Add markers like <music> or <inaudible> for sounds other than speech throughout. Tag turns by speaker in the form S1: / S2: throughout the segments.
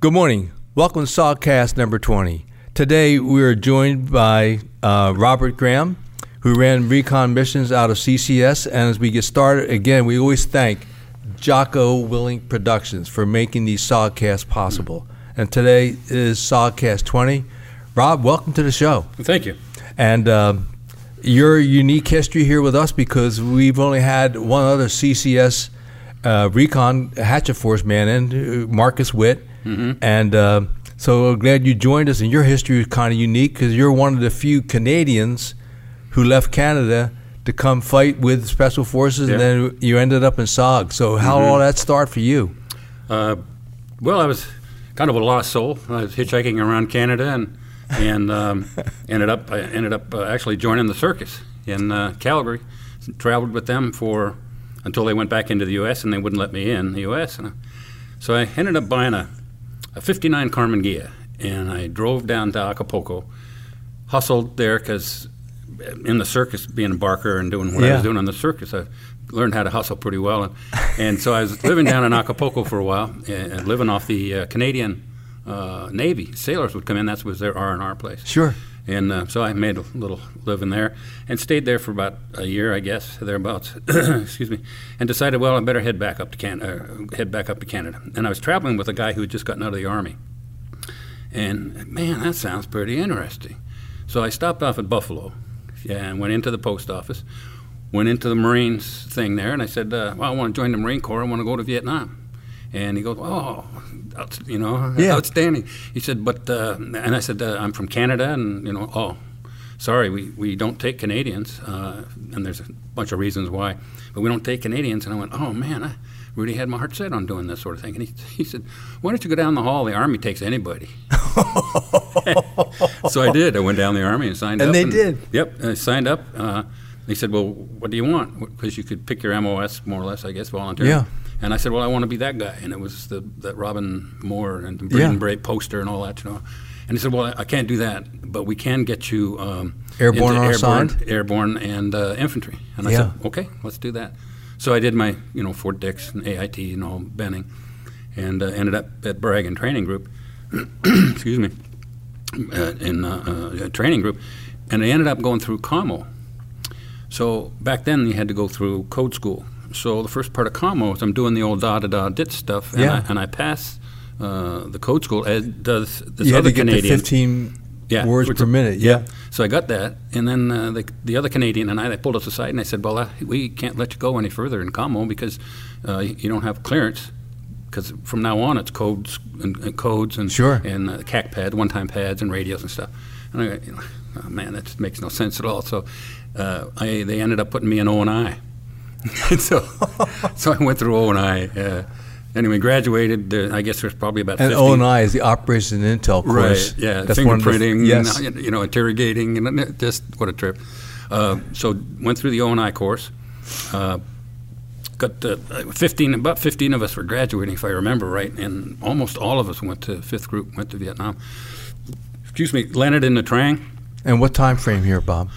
S1: Good morning. Welcome to Sawcast number 20. Today we are joined by uh, Robert Graham, who ran recon missions out of CCS. And as we get started, again, we always thank Jocko Willing Productions for making these Sawcasts possible. And today is Sawcast 20. Rob, welcome to the show.
S2: Thank you.
S1: And um your unique history here with us because we've only had one other CCS uh, recon hatchet force man in uh, Marcus Witt,
S2: Mm-hmm.
S1: and uh, so glad you joined us. And your history is kind of unique because you're one of the few Canadians who left Canada to come fight with special forces,
S2: Yeah. Mm-hmm.
S1: and then you ended up in SOG. So how all that start for you?
S2: Uh, Well, I was kind of a lost soul. I was hitchhiking around Canada and and um, ended up I ended up uh, actually joining the circus in uh, Calgary. Traveled with them for until they went back into the U.S. and they wouldn't let me in the U.S. And I, so I ended up buying a, a 59 Carmen Ghia and I drove down to Acapulco, hustled there because in the circus, being a barker and doing what I
S1: Yeah.
S2: was doing on the circus, I learned how to hustle pretty well. And, and so I was living down in Acapulco for a while and, and living off the uh, Canadian uh, Navy. Sailors would come in. That was their R&R place.
S1: Sure.
S2: And uh, so I made a little living there and stayed there for about a year, I guess, thereabouts. <clears throat> Excuse me. And decided, well, I better head back up to Can- uh, head back up to Canada. And I was traveling with a guy who had just gotten out of the army. And man, that sounds pretty interesting. So I stopped off at Buffalo and went into the post office, went into the Marines thing there, and I said, uh, Well, I want to join the Marine Corps. I want to go to Vietnam. And he goes, Oh, outs you know,
S1: Yeah.
S2: outstanding. He said, But, uh, and I said, uh, I'm from Canada, and, you know, oh, sorry, we, we don't take Canadians. Uh, and there's a bunch of reasons why, but we don't take Canadians. And I went, Oh, man, I really had my heart set on doing this sort of thing. And he, he said, Why don't you go down the hall? The Army takes anybody
S1: <laughs>
S2: <laughs> so I did. I went down the army and signed
S1: And
S2: up.
S1: they did.
S2: Yep, and I signed up. Uh, they said, "Well, what do you want?" Because you could pick your MOS more or less, I guess, volunteer.
S1: Yeah.
S2: And I said, "Well, I want to be that guy." And it was the that Robin Moore and the Britain
S1: Yeah.
S2: Brave poster and all that, you know. And he said, "Well, I- I can't do that, but we can get you um,
S1: Airborne
S2: into
S1: or
S2: airborne,
S1: assigned?
S2: airborne and uh, infantry." And I
S1: Yeah.
S2: said, "Okay, let's do that." So I did my, you know, Fort Dix and AIT and all Benning, and uh, ended up at Bragg and Training Group. <clears throat> Excuse me uh, in uh, uh, a training group, and I ended up going through Como. So back then you had to go through code school. So the first part of Como is I'm doing the old da da da dit stuff, and,
S1: Yeah.
S2: I, and I pass uh, the code school as does this
S1: You had
S2: other
S1: to get to
S2: Canadian.
S1: fifteen
S2: Yeah,
S1: words
S2: which-
S1: per minute.
S2: Yeah.
S1: Yeah.
S2: So I got that, and then uh, the, the other Canadian and I, they pulled us aside and they said, "Well, uh, we can't let you go any further in Como because uh, you you don't have clearance because from now on it's codes and, and codes and
S1: Sure.
S2: and uh, CAC pads, one-time pads, and radios and stuff. And I, go, you know, oh, man, that just makes no sense at all. So uh, I, they ended up putting me in O and I. <laughs> so <laughs> so I went through O and I. Uh, anyway, graduated. There, I guess there's probably about
S1: And
S2: 50
S1: O&I is the Operations and Intel course.
S2: Right. Yeah.
S1: one of the-
S2: Fingerprinting.
S1: yes.
S2: You know, you know, interrogating, and it- just what a trip. Uh, so went through the O and I course. Uh, got uh, fifteen. About fifteen of us were graduating, if I remember right, and almost all of us went to fifth group went to Vietnam. Excuse me. Landed in the Trang.
S1: And what time frame here, Bob?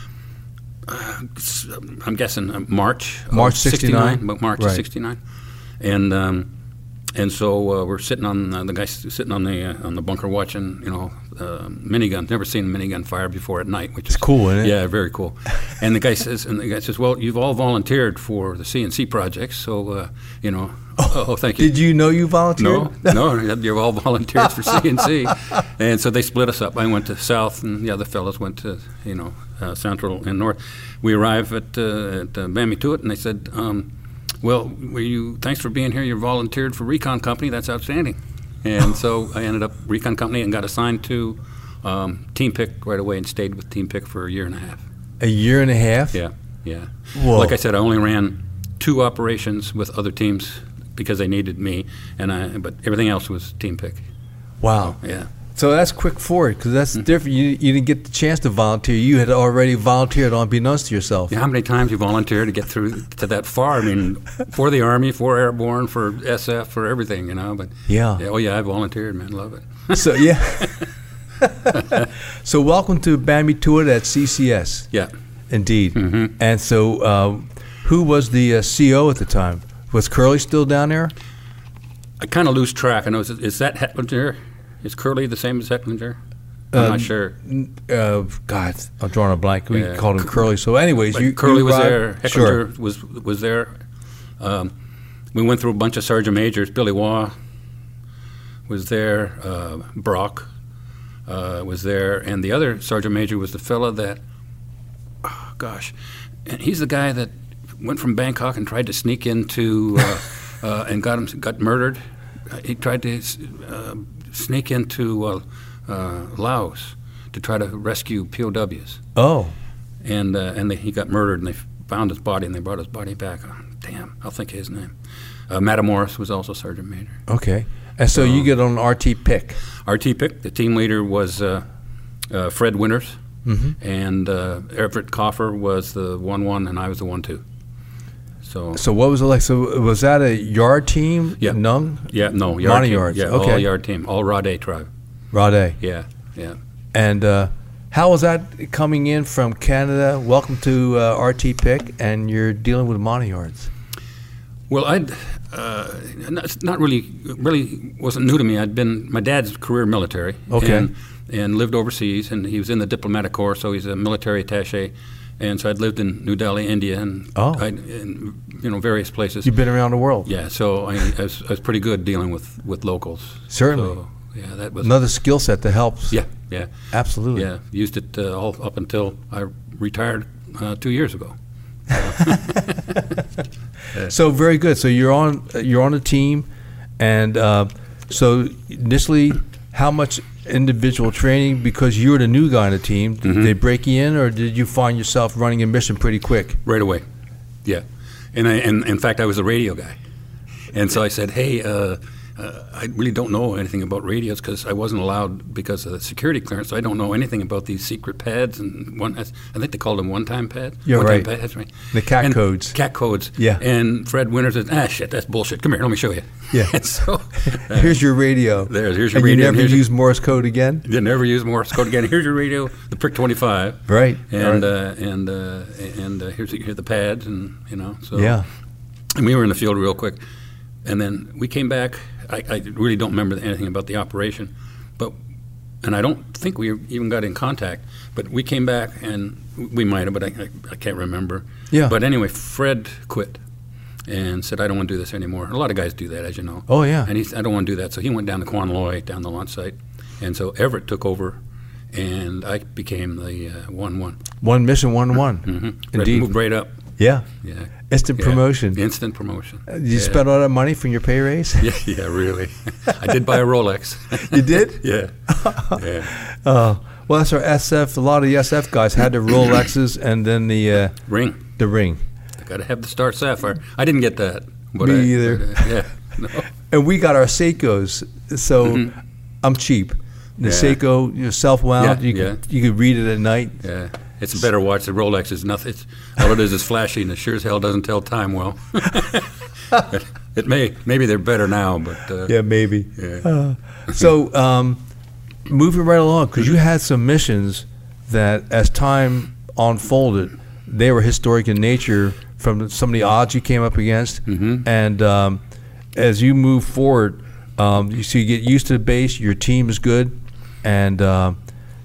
S2: s- I'm guessing uh, March. of
S1: March 69?
S2: But March of
S1: Right.
S2: 69. And um, and so uh, we're sitting on uh, the guy sitting on the uh, on the bunker watching you know uh, miniguns. Never seen a minigun fire before at night, which is
S1: cool, isn't it?
S2: Yeah, very cool. and the guy says, and the guy says, well, you've all volunteered for the CNC projects, so uh, you know. Oh, thank you.
S1: Did you know you volunteered?
S2: No, no, you're all <laughs> volunteers for CNC, and so they split us up. I went to South, and the other fellows went to you know uh, Central and North. We arrive at uh, at uh, Bamituit, and they said, um, "Well, were you? Thanks for being here. You volunteered for Recon Company. That's outstanding." And so I ended up Recon Company and got assigned to um, Team Pick right away, and stayed with Team Pick for a year and a half.
S1: A year and a half?
S2: Yeah, yeah.
S1: Whoa.
S2: Like I said, I only ran two operations with other teams because they needed me, and I. But everything else was team pick.
S1: Wow.
S2: Yeah.
S1: So that's quick forward because that's
S2: Mm-hmm.
S1: different. You, you didn't get the chance to volunteer. You had already volunteered unbeknownst to yourself.
S2: Yeah, How many times you volunteer to get through to that far? I mean, for the army, for airborne, for SF, for everything, you know. But
S1: Yeah.
S2: oh yeah, I volunteered, man, love it.
S1: So, yeah. <laughs> so, welcome to Bambi Tour at CCS.
S2: Yeah. Mm-hmm.
S1: Indeed. And so, uh, who was the uh, CO at the time? Was Curly still down there?
S2: I kind of lose track. I know is, is that Hetlinger? Is Curly the same as Hetlinger?
S1: Um,
S2: I'm not sure.
S1: N- Uh, God, I'm drawing a blank. We
S2: Yeah.
S1: called him Curly. So, anyways,
S2: But
S1: you
S2: Curly
S1: you
S2: was
S1: arrived-
S2: there. Hecklinger
S1: Sure.
S2: was was there. Um, we went through a bunch of sergeant majors. Billy Waugh was there. Uh, Brock uh, was there, and the other sergeant major was the fella that, oh, gosh, and he's the guy that went from Bangkok and tried to sneak into
S1: <laughs>
S2: uh, uh, and got him got murdered. Uh, He tried to uh, sneak into uh, uh, Laos to try to rescue POWs
S1: Oh,
S2: and uh, and they, he got murdered, and they found his body, and they brought his body back. Oh, damn, I'll think of his name. Uh, Matamoros was also sergeant major.
S1: okay. And so, you get on RT pick.
S2: Our T pick, the team leader was uh, uh, Fred Winters,
S1: Mm-hmm.
S2: and uh, Everett Coffer was the one one, and I was the one two. So
S1: So, what was it like? So, was that a yard team?
S2: Yeah.
S1: Nung?
S2: yeah, no, yard
S1: Mono
S2: team.
S1: yards,
S2: yeah,
S1: okay.
S2: all yard team, all Rade tribe,
S1: Rade.
S2: yeah, yeah.
S1: And uh, how was that coming in from Canada? Welcome to uh, RT Pick, and you're dealing with mono yards.
S2: Well, I'd uh, not, it's not really really wasn't new to me. I'd been my dad's career military,
S1: Okay.
S2: and, and lived overseas, and he was in the diplomatic corps, so he's a military attaché, and so I'd lived in New Delhi, India, and
S1: Oh.
S2: I'd, in, you know various places.
S1: You've been around the world.
S2: yeah, so I, I, was, I was pretty good dealing with with locals.
S1: Certainly.
S2: So, yeah, that was
S1: Another skill set that helps.
S2: yeah yeah
S1: Absolutely.
S2: yeah used it uh, all up until I retired uh, two years ago.
S1: So very good. So you're on you're on a team, and uh, so initially, how much individual training because you were the new guy on the team? Did
S2: Mm-hmm.
S1: they break you in, or did you find yourself running a mission pretty quick?
S2: Right away. Yeah. And, I, and in fact, I was a radio guy. And so I said, hey, uh, uh, I really don't know anything about radios because I wasn't allowed because of the security clearance. I don't know anything about these secret pads and one. I think they called them one-time pads.
S1: Yeah,
S2: one-time
S1: right.
S2: Pads, right.
S1: The cat
S2: And
S1: codes.
S2: Cat codes.
S1: Yeah.
S2: And Fred Winter says, ah, shit, that's bullshit. Come here, let me show you.
S1: Yeah.
S2: <laughs> and
S1: <laughs>
S2: so uh,
S1: Here's your radio.
S2: There's- here's your
S1: and
S2: radio,
S1: You never
S2: here's your-
S1: use Morse code again.
S2: they never use Morse code again. Here's your radio, the prick 25.
S1: Right.
S2: And uh, and uh, and uh, here's the, here the pads and you know so
S1: yeah.
S2: and we were in the field real quick. And then we came back. I, I really don't remember anything about the operation, but and I don't think we even got in contact. But we came back, and we might have, but I, I, I can't remember.
S1: Yeah.
S2: But anyway, Fred quit and said, "I don't want to do this anymore." A lot of guys do that, as you know.
S1: Oh, yeah.
S2: And he said, "I don't want to do that," so he went down to Quan Loy, down the launch site, and so Everett took over, and I became the uh, one one.
S1: One mission, one one.
S2: Mm-hmm.
S1: Indeed.
S2: Moved right up.
S1: Yeah.
S2: Yeah.
S1: Instant
S2: Yeah.
S1: promotion.
S2: Instant promotion.
S1: Did you spend all that money from your pay
S2: <laughs>
S1: raise?
S2: Yeah, yeah, really. I did buy a Rolex. <laughs>
S1: You <laughs> did?
S2: yeah. yeah.
S1: Oh, well, that's our SF. A lot of the SF guys had the
S2: <coughs>
S1: Rolexes and then the uh,
S2: Ring.
S1: the ring.
S2: I got to have the Star Sapphire. I didn't get that. But
S1: Me
S2: I,
S1: either.
S2: but, uh, yeah. No.
S1: And we got our Seikos, so I'm cheap. The
S2: Mm-hmm. Yeah.
S1: Seiko, you know, self wound.
S2: Yeah,
S1: you could you could read it at night.
S2: Yeah. It's a better watch. The Rolex is nothing. It's, all it is is flashy, and it sure as hell doesn't tell time well. <laughs> it, it may. Maybe they're better now, but uh,
S1: Yeah, maybe. Uh,
S2: yeah.
S1: So, um, moving right along, because you had some missions that, as time unfolded, they were historic in nature from some of the odds you came up against.
S2: Mm-hmm.
S1: And um, as you move forward, um, you, so you get used to the base, your team is good. And uh,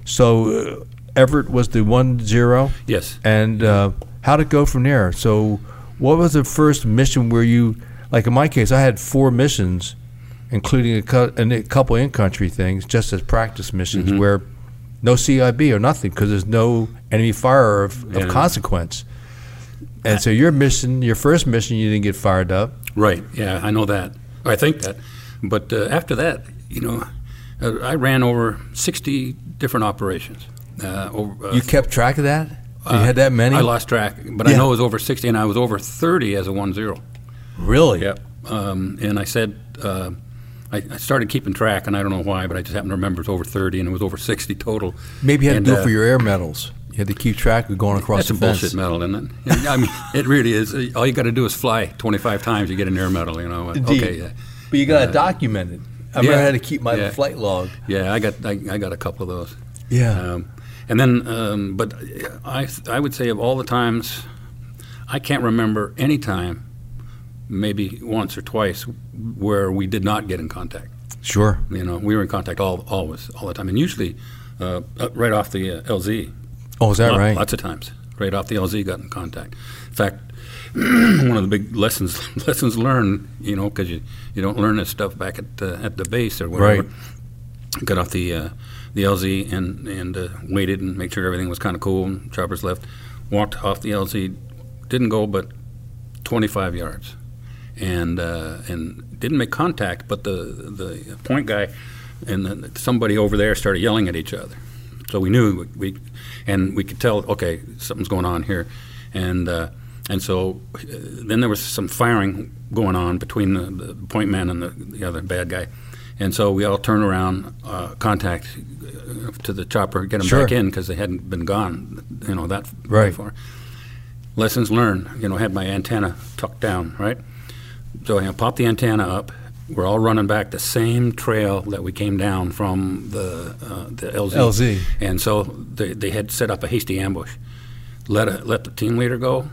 S1: so, uh, Everett was the 1 0.
S2: Yes.
S1: And uh, how'd it go from there? So, what was the first mission where you, like in my case, I had four missions, including a, cou- and a couple in country things, just as practice missions
S2: Mm-hmm.
S1: where no CIB or nothing because there's no enemy fire of,
S2: Yeah.
S1: of consequence. And so, your mission, your first mission, you didn't get fired up.
S2: Right. Yeah, I know that. I think that. But uh, after that, you know, uh, I ran over 60 different operations. Uh, over, uh,
S1: You kept track of that? You had that many?
S2: I lost track, but I
S1: Yeah.
S2: know it was over 60, and I was over 30 as a 1 0.
S1: Really?
S2: Yep. Um, and I said, uh, I, I started keeping track, and I don't know why, but I just happen to remember it was over 30, and it was over 60 total.
S1: Maybe you had
S2: And,
S1: to do
S2: uh,
S1: it for your air medals. You had to keep track of going across
S2: That's
S1: the
S2: a
S1: fence.
S2: bullshit medal, isn't it? <laughs> And, I mean, it really is. All you got to do is fly 25 times, you get an air medal, you know.
S1: Indeed.
S2: Okay, yeah. Uh,
S1: But you got to document it. I remember
S2: yeah.
S1: I had to keep my
S2: Yeah.
S1: flight log.
S2: Yeah, I got I, I got a couple of those.
S1: Yeah.
S2: Um, and then, um, but I I would say of all the times, I can't remember any time, maybe once or twice, where we did not get in contact.
S1: Sure.
S2: You know, we were in contact all always all the time, and usually uh, uh, right off the uh, LZ.
S1: Oh, is that
S2: Lot-
S1: right?
S2: Lots of times, right off the LZ, got in contact. In fact, <clears throat> one of the big lessons <laughs> lessons learned, you know, because you, you don't learn this stuff back at uh, at the base or whatever. Got off the uh, the LZ and and uh, waited and made sure everything was kind of cool. And choppers left, walked off the LZ, didn't go but 25 yards, and uh, and didn't make contact. But the the point guy and then somebody over there started yelling at each other. So we knew we, we and we could tell okay something's going on here, and uh, and so uh, then there was some firing going on between the, the point man and the, the other bad guy, and so we all turned around, uh, contact uh, to the chopper, get him
S1: Sure.
S2: back in because they hadn't been gone, you know that
S1: Right.
S2: far. Lessons learned, you know, had my antenna tucked down right. So I popped the antenna up. We're all running back the same trail that we came down from the uh, the LZ.
S1: LZ.
S2: And so they, they had set up a hasty ambush. Let a, let the team leader go.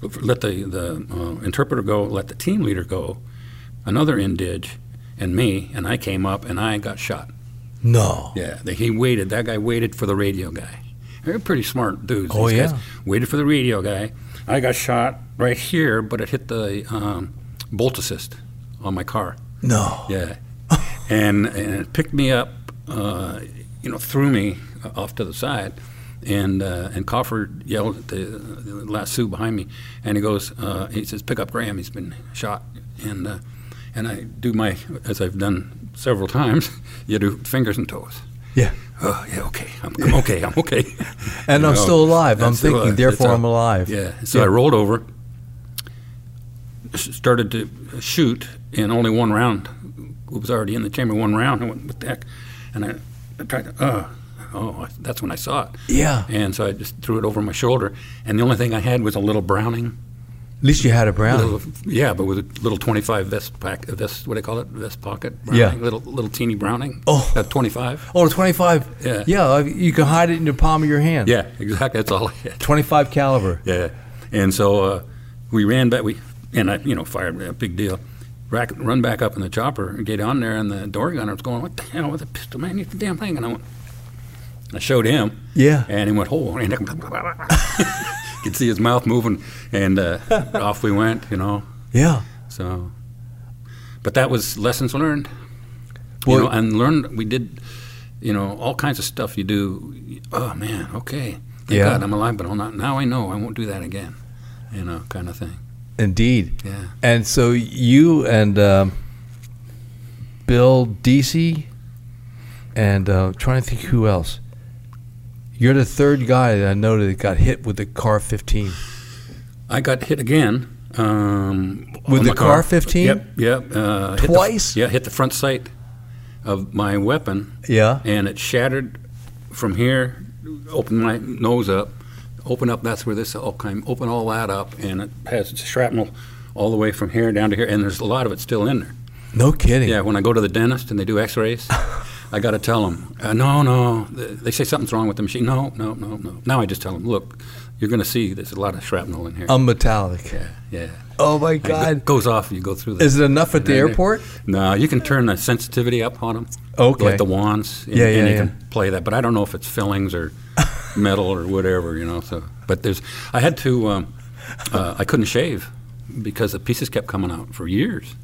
S2: Let the the uh, interpreter go. Let the team leader go. Another indige, and me, and I came up and I got shot.
S1: no.
S2: Yeah, they, he waited. That guy waited for the radio guy. They're pretty smart dudes.
S1: Oh,
S2: these guys.
S1: yeah.
S2: Waited for the radio guy. I got shot right here, but it hit the um, bolt assist on my car.
S1: No. <laughs>
S2: Yeah, and and it picked me up. Uh, you know, threw me off to the side, and uh, and Coffer yelled at the, the lasso behind me, and he goes, uh, he says, "Pick up Graham. He's been shot." And uh, and I do my as I've done several <laughs> times. You do fingers and toes.
S1: Yeah.
S2: Oh yeah, okay. I'm, I'm okay. I'm okay.
S1: <laughs> And
S2: You
S1: I'm
S2: know,
S1: still alive. I'm
S2: still
S1: thinking,
S2: alive.
S1: therefore,
S2: It's all-
S1: I'm alive.
S2: Yeah. So
S1: Yeah.
S2: I rolled over, s- started to shoot, and only one round was already in the chamber. One round. I went, what the heck? And I, I tried to, uh, oh, that's when I saw it.
S1: Yeah.
S2: And so I just threw it over my shoulder, and the only thing I had was a little Browning.
S1: At least you had a brown.
S2: Little, yeah, but with a little 25 vest pack, vest, what do they call it? Vest pocket?
S1: Yeah.
S2: Browning, Little, little teeny Browning.
S1: Oh.
S2: Uh, 25.
S1: Oh, the 25.
S2: Yeah.
S1: Yeah. You can hide it in the palm of your hand.
S2: Yeah, exactly. That's all I had.
S1: 25 caliber.
S2: Yeah, and so uh, we ran back. We and I, you know, fired a big deal. Rack, run back up in the chopper and get on there, and the door gunner was going, "What the hell with a pistol, man? You the damn thing!" And I went, I showed him.
S1: Yeah.
S2: and he went, "Oh!" And <laughs> could see his mouth moving, and uh, off we went. You know,
S1: Yeah.
S2: so. But that was lessons learned.
S1: Well-
S2: you know, and learned we did, you know, all kinds of stuff you do. Oh man, okay, thank
S1: Yeah.
S2: God I'm alive, but I'm not. Now I know I won't do that again. you know, kind of thing.
S1: Indeed.
S2: Yeah.
S1: And so you and um, Bill Deasy and uh, trying to think who else. You're the third guy that I know that got hit with the car 15.
S2: I got hit again. Um,
S1: With
S2: on
S1: the
S2: my
S1: car 15?
S2: Yep, yep. Uh, hit the-
S1: Twice?
S2: yeah, hit the front sight of my weapon,
S1: Yeah.
S2: and it shattered from here. Opened my nose up. Open up. That's where this all came. Open all that up, and it has shrapnel all the way from here down to here. And there's a lot of it still in there.
S1: No kidding.
S2: Yeah, when I go to the dentist and they
S1: <laughs>
S2: do X-rays, I got to tell them, uh, no, no. Th- They say something's wrong with the machine. No, no, no, no. Now I just tell them, look, you're going to see there's a lot of shrapnel in here.
S1: I'm metallic.
S2: yeah, yeah.
S1: Oh my
S2: It go-
S1: God.
S2: goes off. You go through. The,
S1: Is it enough at the airport?
S2: No, you can turn the sensitivity up on them.
S1: Okay.
S2: Like the wands. And,
S1: Yeah, yeah,
S2: And you
S1: yeah.
S2: can play that, but I don't know if it's fillings
S1: <laughs>
S2: or metal or whatever, you know. So, but there's. I had to. Um, uh, I couldn't shave because the pieces kept coming out for years.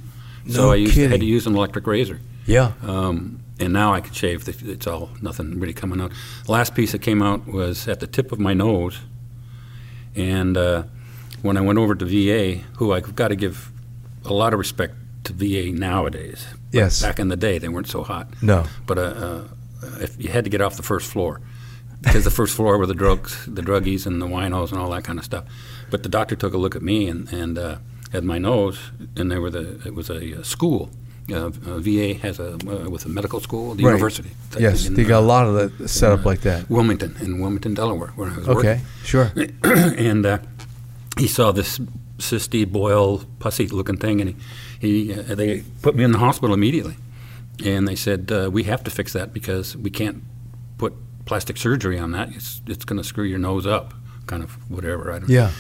S2: So
S1: No
S2: I used, had to
S1: kidding.
S2: use an electric razor.
S1: Yeah.
S2: Um, and now I can shave. The- It's all nothing really coming out. Last piece that came out was at the tip of my nose, and uh, when I went over to VA, who I've got to give a lot of respect to VA nowadays. But
S1: Yes.
S2: Back in the day, they weren't so hot.
S1: No.
S2: But uh, uh, if you had to get off the first floor, because the first floor were the drugs, the druggies, and the winos, and all that kind of stuff. But the doctor took a look at me and, and uh, at my nose, and there were the it was a, uh school. Uh, uh, VA has a uh, with a medical school, the
S1: Right.
S2: university.
S1: Yes.
S2: In,
S1: They got a
S2: uh,
S1: lot of that set up like that.
S2: Wilmington in Wilmington, Delaware, where I was
S1: Okay. Sure.
S2: working, and uh, he saw this cysty, boil, pussy-looking thing, and he, he uh, they put me in the hospital immediately, and they said uh, we have to fix that because we can't put plastic surgery on that. It's it's going to screw your nose up, kind of whatever. I don't
S1: Yeah.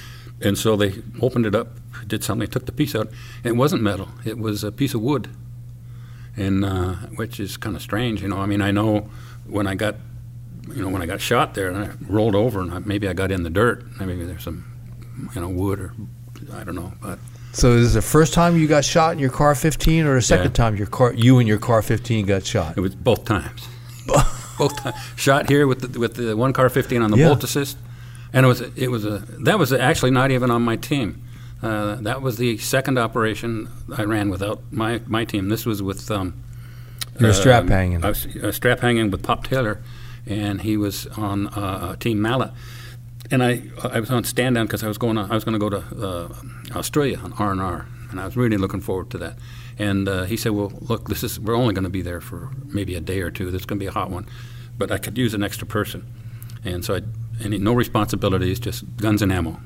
S2: and so they opened it up, did something, took the piece out, and it wasn't metal. It was a piece of wood, and uh, which is kind of strange, you know. I mean, I know when I got, you know, when I got shot there, and I rolled over, and I, maybe I got in the dirt. and Maybe there's some, you know, wood or I don't know, but
S1: So is this the first time you got shot in your car 15 or the second
S2: Yeah.
S1: time your car you and your car 15 got shot?
S2: it was both times. both times, shot here with the, with the one car 15 on the
S1: Yeah.
S2: bolt assist, and it was it was a that was actually not even on my team. Uh, that was the second operation I ran without my my team. This was with um,
S1: Your
S2: uh,
S1: strap hanging.
S2: I was uh, strap hanging with Pop Taylor, and he was on uh, Team Mallet. And I, I was on stand down because I was going to, I was going to go to uh, Australia on R and R, and I was really looking forward to that. And uh, he said, "Well, look, this is we're only going to be there for maybe a day or two. This is going to be a hot one, but I could use an extra person." And so I, and he- no responsibilities, just guns and ammo.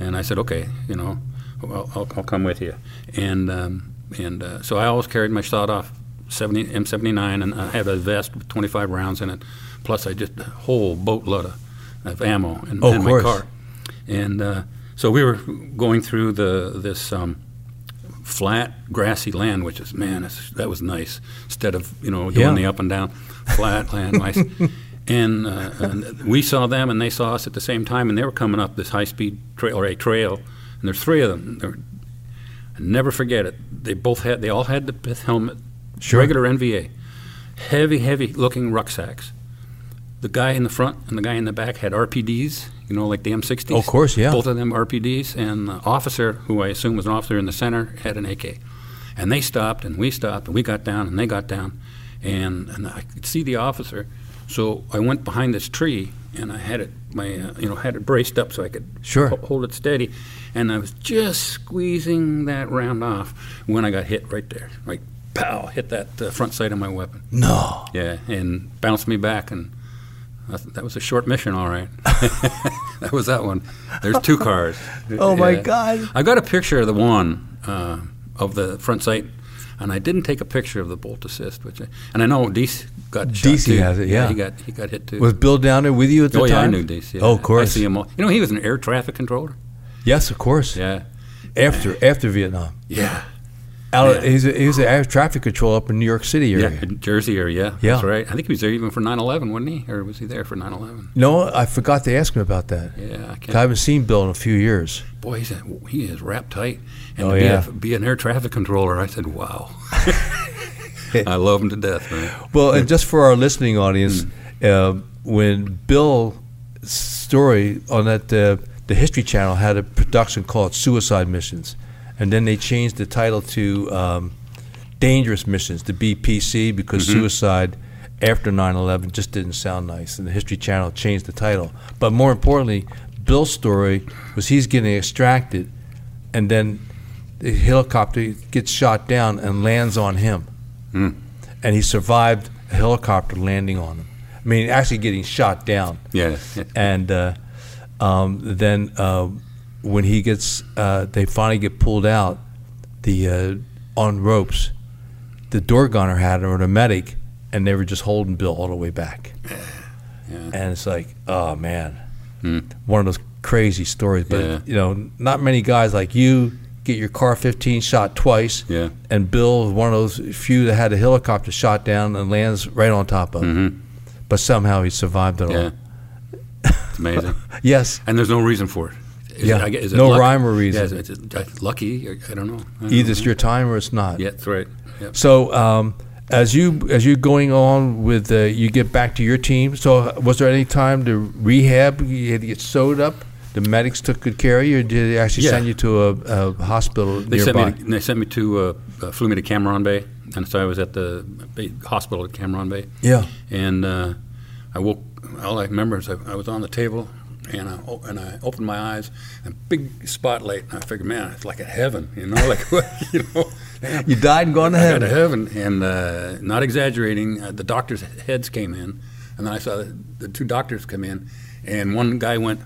S2: And I said, okay, you know, I'll, I'll, I'll come with you. And um, and uh, so I always carried my shot off 70, M79, and I had a vest with 25 rounds in it. Plus, I just a whole boatload of, of ammo in,
S1: Oh, of
S2: in my
S1: course.
S2: car. And uh, so we were going through the this um, flat, grassy land, which is man, it's, that was nice. Instead of you know doing
S1: Yeah.
S2: the up and down, flat land, nice. And, uh, and we saw them, and they saw us at the same time, and they were coming up this high-speed trail or a trail, and there's three of them. They're, I never forget it. They both had, they all had the pith helmet,
S1: Sure.
S2: regular NVA, heavy, heavy-looking rucksacks. The guy in the front and the guy in the back had RPDs, you know, like the M60s.
S1: Of course, yeah.
S2: Both of them RPDs, and the officer, who I assume was an officer in the center, had an AK. And they stopped, and we stopped, and we got down, and they got down, and, and I could see the officer. So I went behind this tree, and I had it, my, uh, you know, had it braced up so I could
S1: Sure.
S2: ho- hold it steady. And I was just squeezing that round off when I got hit right there, like pow, hit that uh, front side of my weapon.
S1: No.
S2: Yeah, and bounced me back, and I th- that was a short mission, all right. <laughs> that was that one. There's two cars.
S1: Oh, my
S2: Yeah.
S1: God.
S2: I got a picture of the one uh, of the front sight, and I didn't take a picture of the bolt assist, which I, and I know Deese got shot
S1: Deese
S2: too.
S1: has it, yeah.
S2: he got he got hit too.
S1: Was Bill down there with you at the
S2: oh yeah, I
S1: time?
S2: knew Deese. Yeah.
S1: Oh, of
S2: I
S1: course.
S2: see him all. You know, he was an air traffic controller.
S1: Yes, of course.
S2: Yeah,
S1: After after Vietnam.
S2: yeah.
S1: Out,
S2: Yeah.
S1: He's a, he's an air traffic control up in New York City
S2: Yeah,
S1: area.
S2: in Jersey area.
S1: Yeah.
S2: That's right. I think he was there even for 9/11, wasn't he? Or was he there for 9/11?
S1: No, I forgot to ask him about that.
S2: Yeah, I can't.
S1: I haven't seen Bill in a few years.
S2: boy, he's a, he is wrapped tight. And
S1: Oh,
S2: to be,
S1: yeah.
S2: a, be an air traffic controller, I
S1: <laughs>
S2: said, wow. <laughs> I love him to death, man.
S1: Well, and just for our listening audience, uh, when Bill's story on that uh, the History Channel had a production called Suicide Missions, and then they changed the title to um, Dangerous Missions to BPC because suicide after 9/11 just didn't sound nice, and the History Channel changed the title. But more importantly, Bill's story was he's getting extracted, and then the helicopter gets shot down and lands on him, and he survived a helicopter landing on him. I mean, actually getting shot down
S2: Yeah.
S1: and uh, um, then uh, when he gets, uh, they finally get pulled out. The uh, on ropes, the door gunner had him or the medic, and they were just holding Bill all the way back. And it's like, oh man, one of those crazy stories. But
S2: Hmm. Yeah.
S1: you know, not many guys like you get your car 15 shot twice.
S2: Yeah.
S1: And Bill was one of those few that had a helicopter shot down and lands right on top of him. But somehow he survived it
S2: Mm-hmm. Yeah.
S1: all.
S2: It's amazing.
S1: Yes.
S2: And there's no reason for it. Is
S1: Yeah.
S2: it, I guess- is
S1: No
S2: it luck?
S1: rhyme or reason.
S2: Yeah, is it, uh, lucky? Or- I don't know. I don't
S1: either
S2: know.
S1: it's your time or it's not.
S2: Yeah, that's right. Yep.
S1: So um, as you as you going on with uh, you get back to your team. So uh, was there any time to rehab? You had to get sewed up. The medics took good care of you. Or did they actually
S2: Yeah.
S1: send you to a, a hospital
S2: They sent,
S1: nearby?
S2: me to, they sent me to, uh, uh, flew me to Cameron Bay. And so I was at the bay, hospital at Cameron Bay.
S1: yeah.
S2: And uh, I woke, all I remember is I, I was on the table and I, o- and I opened my eyes and big spotlight. And I figured, man, it's like a heaven, you know, <laughs> like, you know. man,
S1: You died and gone to
S2: I got to
S1: heaven.
S2: heaven, and uh, not exaggerating, uh, the doctors' heads came in, and then I saw the, the two doctors come in, and one guy went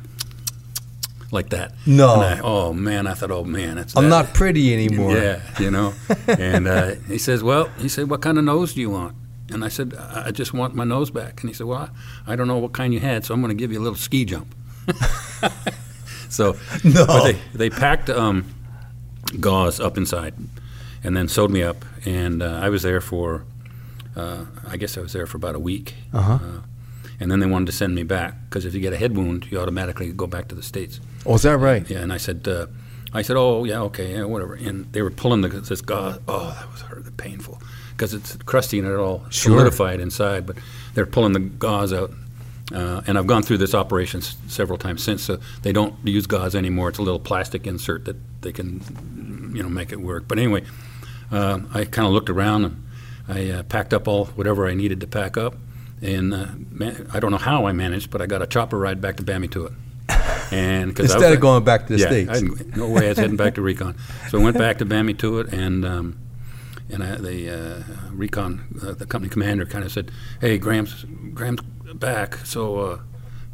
S2: like that.
S1: No.
S2: And I, oh man, I thought, oh man, that's.
S1: I'm
S2: that.
S1: not pretty anymore.
S2: Yeah, <laughs> you know. and uh, he says, well, he said, what kind of nose do you want? And I said, I I just want my nose back. And he said, well, I, I don't know what kind you had, so I'm going to give you a little ski jump. <laughs> so,
S1: No.
S2: but they they packed um, gauze up inside, and then sewed me up, and uh, I was there for, uh, I guess I was there for about a week.
S1: Uh-huh.
S2: Uh, and then they wanted to send me back because if you get a head wound, you automatically go back to the states.
S1: Oh, is that right?
S2: Yeah, and I said, uh, I said, oh yeah, okay, yeah, whatever. And they were pulling the, this gauze. Oh, that was hurt, painful, because it's crusty and it all
S1: Sure.
S2: solidified inside. But they're pulling the gauze out. Uh, and I've gone through this operation s- several times since, so they don't use gauze anymore. It's a little plastic insert that they can, you know, make it work. But anyway, uh, I kind of looked around and I uh, packed up all whatever I needed to pack up, and uh, man, I don't know how I managed, but I got a chopper ride back to
S1: <laughs>
S2: Bamituit. And 'cause I
S1: Instead
S2: was-
S1: of going back to the
S2: yeah,
S1: States.
S2: I didn't- no way, I was heading back to recon. So I went back to Bamituit, and um, and I, the uh, recon, uh, the company commander, kind of said, "Hey, Graham's Graham's back." So uh,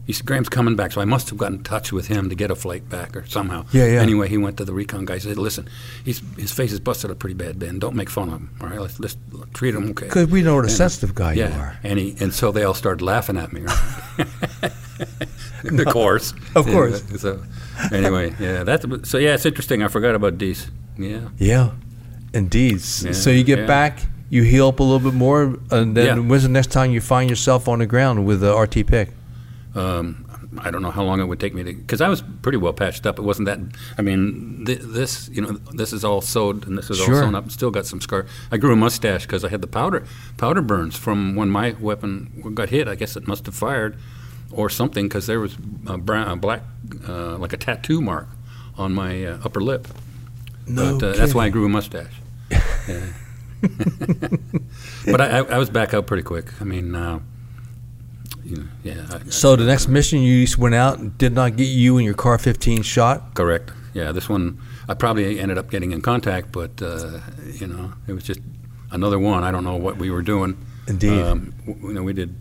S2: he said, "Graham's coming back." So I must have gotten in touch with him to get a flight back or somehow.
S1: Yeah, yeah.
S2: Anyway, he went to the recon guy. He said, "Listen, he's, his face is busted up pretty bad, Ben. Don't make fun of him. All right, let's, let's treat him okay."
S1: Because we know what a sensitive guy you
S2: yeah,
S1: are.
S2: and he and so they all started laughing at me. Right? <laughs>
S1: <laughs>
S2: of course,
S1: Of course.
S2: Yeah, so anyway, yeah, that's so. Yeah, it's interesting. I forgot about these. Yeah,
S1: Yeah. Indeed. S-
S2: Yeah,
S1: so you get
S2: yeah.
S1: back, you heal up a little bit more, and then
S2: Yeah.
S1: when's the next time you find yourself on the ground with a RT pick?
S2: um, I don't know how long it would take me to because I was pretty well patched up. It wasn't that. I mean, th- this you know this is all sewed and this is
S1: Sure.
S2: all sewn up. Still got some scar. I grew a mustache because I had the powder powder burns from when my weapon got hit. I guess it must have fired or something because there was a brown a black uh, like a tattoo mark on my uh, upper lip.
S1: No
S2: but, uh, that's why I grew a mustache. Yeah. <laughs> but I, I, I was back out pretty quick. I mean, uh, you know, yeah, I,
S1: So the next mission you just went out and did not get you and your car 15 shot.
S2: Correct. Yeah, this one I probably ended up getting in contact, but uh, you know, it was just another one. I don't know what we were doing.
S1: Indeed.
S2: um, w- you know, we did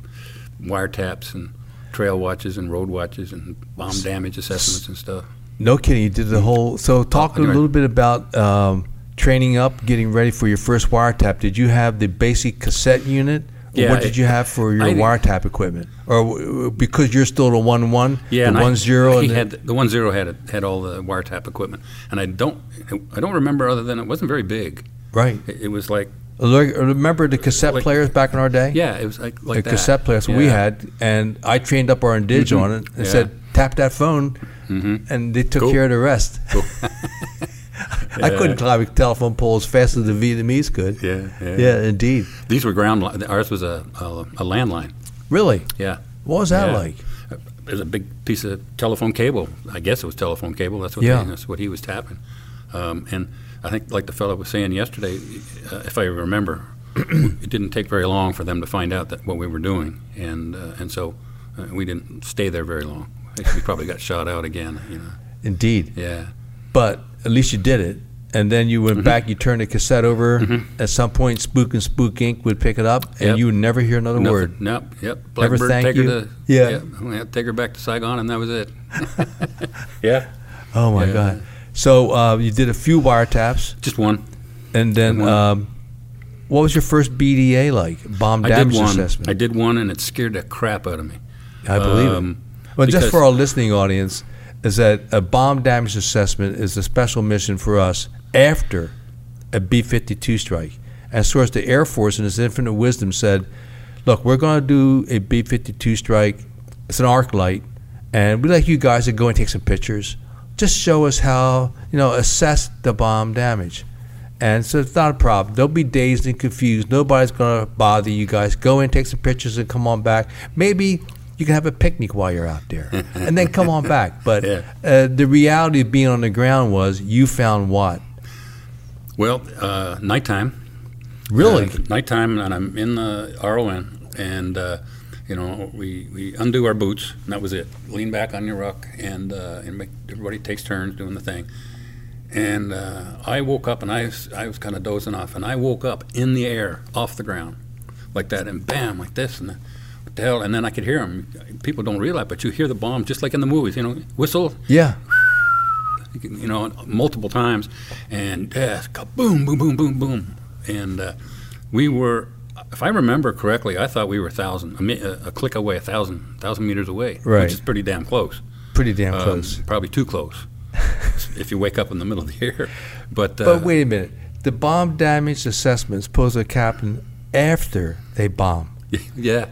S2: wiretaps and trail watches and road watches and bomb damage assessments and stuff.
S1: No kidding, you did the whole. So talk a
S2: anyway.
S1: little bit about um, training up, getting ready for your first wiretap. Did you have the basic cassette unit? Or
S2: Yeah,
S1: what did
S2: I-
S1: you have for your
S2: I-
S1: wiretap equipment? Or w- w- because you're still the one one,
S2: Yeah,
S1: the
S2: and
S1: one
S2: I,
S1: zero,
S2: He
S1: and the-
S2: had the one zero had it, had all the wiretap equipment, and I don't I don't remember other than it wasn't very big.
S1: right.
S2: It, it was like
S1: Look, Remember the cassette
S2: Like-
S1: players back in our day?
S2: yeah, it was like like
S1: the
S2: that.
S1: cassette players we
S2: Yeah. Mm-hmm.
S1: had, and I trained up our indige on it and
S2: Yeah. Mm-hmm.
S1: said, "Tap that phone," and they took
S2: Cool.
S1: care of the rest.
S2: Cool.
S1: <laughs>
S2: <laughs>
S1: I couldn't climb telephone poles faster than the Vietnamese could.
S2: Yeah, yeah.
S1: indeed.
S2: These were ground. Li- ours was a, a, a landline.
S1: Really?
S2: Yeah.
S1: What was that
S2: Yeah.
S1: like?
S2: there's a big piece of telephone cable. I guess it was telephone cable. That's what
S1: Yeah.
S2: they, that's what he was tapping. Um, and I think, like the fellow was saying yesterday, uh, if I remember, <clears throat> it didn't take very long for them to find out that what we were doing, and uh, and so uh, we didn't stay there very long. We probably got shot out again. You know.
S1: Indeed.
S2: Yeah.
S1: But at least you did it. And then you
S2: Mm-hmm.
S1: went back, you turned the cassette over. At some point, Spook and Spook Inc. would pick it up, and
S2: Yep.
S1: you would never hear another word.
S2: Nothing. Nope. Yep.
S1: Never
S2: Blackbird
S1: thank
S2: take
S1: you.
S2: her to
S1: Yeah.
S2: yeah, take her back to Saigon, and that was it. yeah.
S1: Oh, my
S2: Yeah.
S1: God. So uh, you did a few wiretaps,
S2: Just one.
S1: and then
S2: one.
S1: um, what was your first BDA like? Bomb
S2: I did
S1: damage
S2: one.
S1: assessment.
S2: I did one, and it scared the crap out of me.
S1: I believe
S2: Um,
S1: it. Well, just
S2: because-
S1: for our listening audience, is that a bomb damage assessment is a special mission for us after a B 52 strike. As source, the Air Force, in its infinite wisdom, said, Look, we're going to do a B 52 strike. It's an arc light. And we'd like you guys to go and take some pictures. Just show us how, you know, assess the bomb damage. And so it's not a problem. Don't be dazed and confused. Nobody's going to bother you guys. Go in, take some pictures, and come on back. Maybe you can have a picnic while you're out there and then come on back. But
S2: Yeah.
S1: uh, the reality of being on the ground was you found what?
S2: Well, uh, nighttime.
S1: Really?
S2: Uh, nighttime, and I'm in the RON, and uh, you know we, we undo our boots, and that was it. Lean back on your ruck, and uh, and make, everybody takes turns doing the thing. And uh, I woke up, and I was, I was kind of dozing off, and I woke up in the air, off the ground, like that, and bam, like this, and. Then, what the hell? And then I could hear them. People don't realize, but you hear the bomb just like in the movies. You know, whistle,
S1: yeah.
S2: you can- you know, multiple times, and death, kaboom, boom, boom, boom, boom, and uh, we were, if I remember correctly, I thought we were a thousand, a, mi- a click away, a thousand, thousand meters away,
S1: Right.
S2: which is pretty damn close.
S1: Pretty damn
S2: Um,
S1: close.
S2: probably
S1: <laughs>
S2: too close. if you wake up in the middle of the air, <laughs> but, uh,
S1: but wait a minute. The bomb damage assessment is supposed to happen after they bomb.
S2: <laughs> yeah,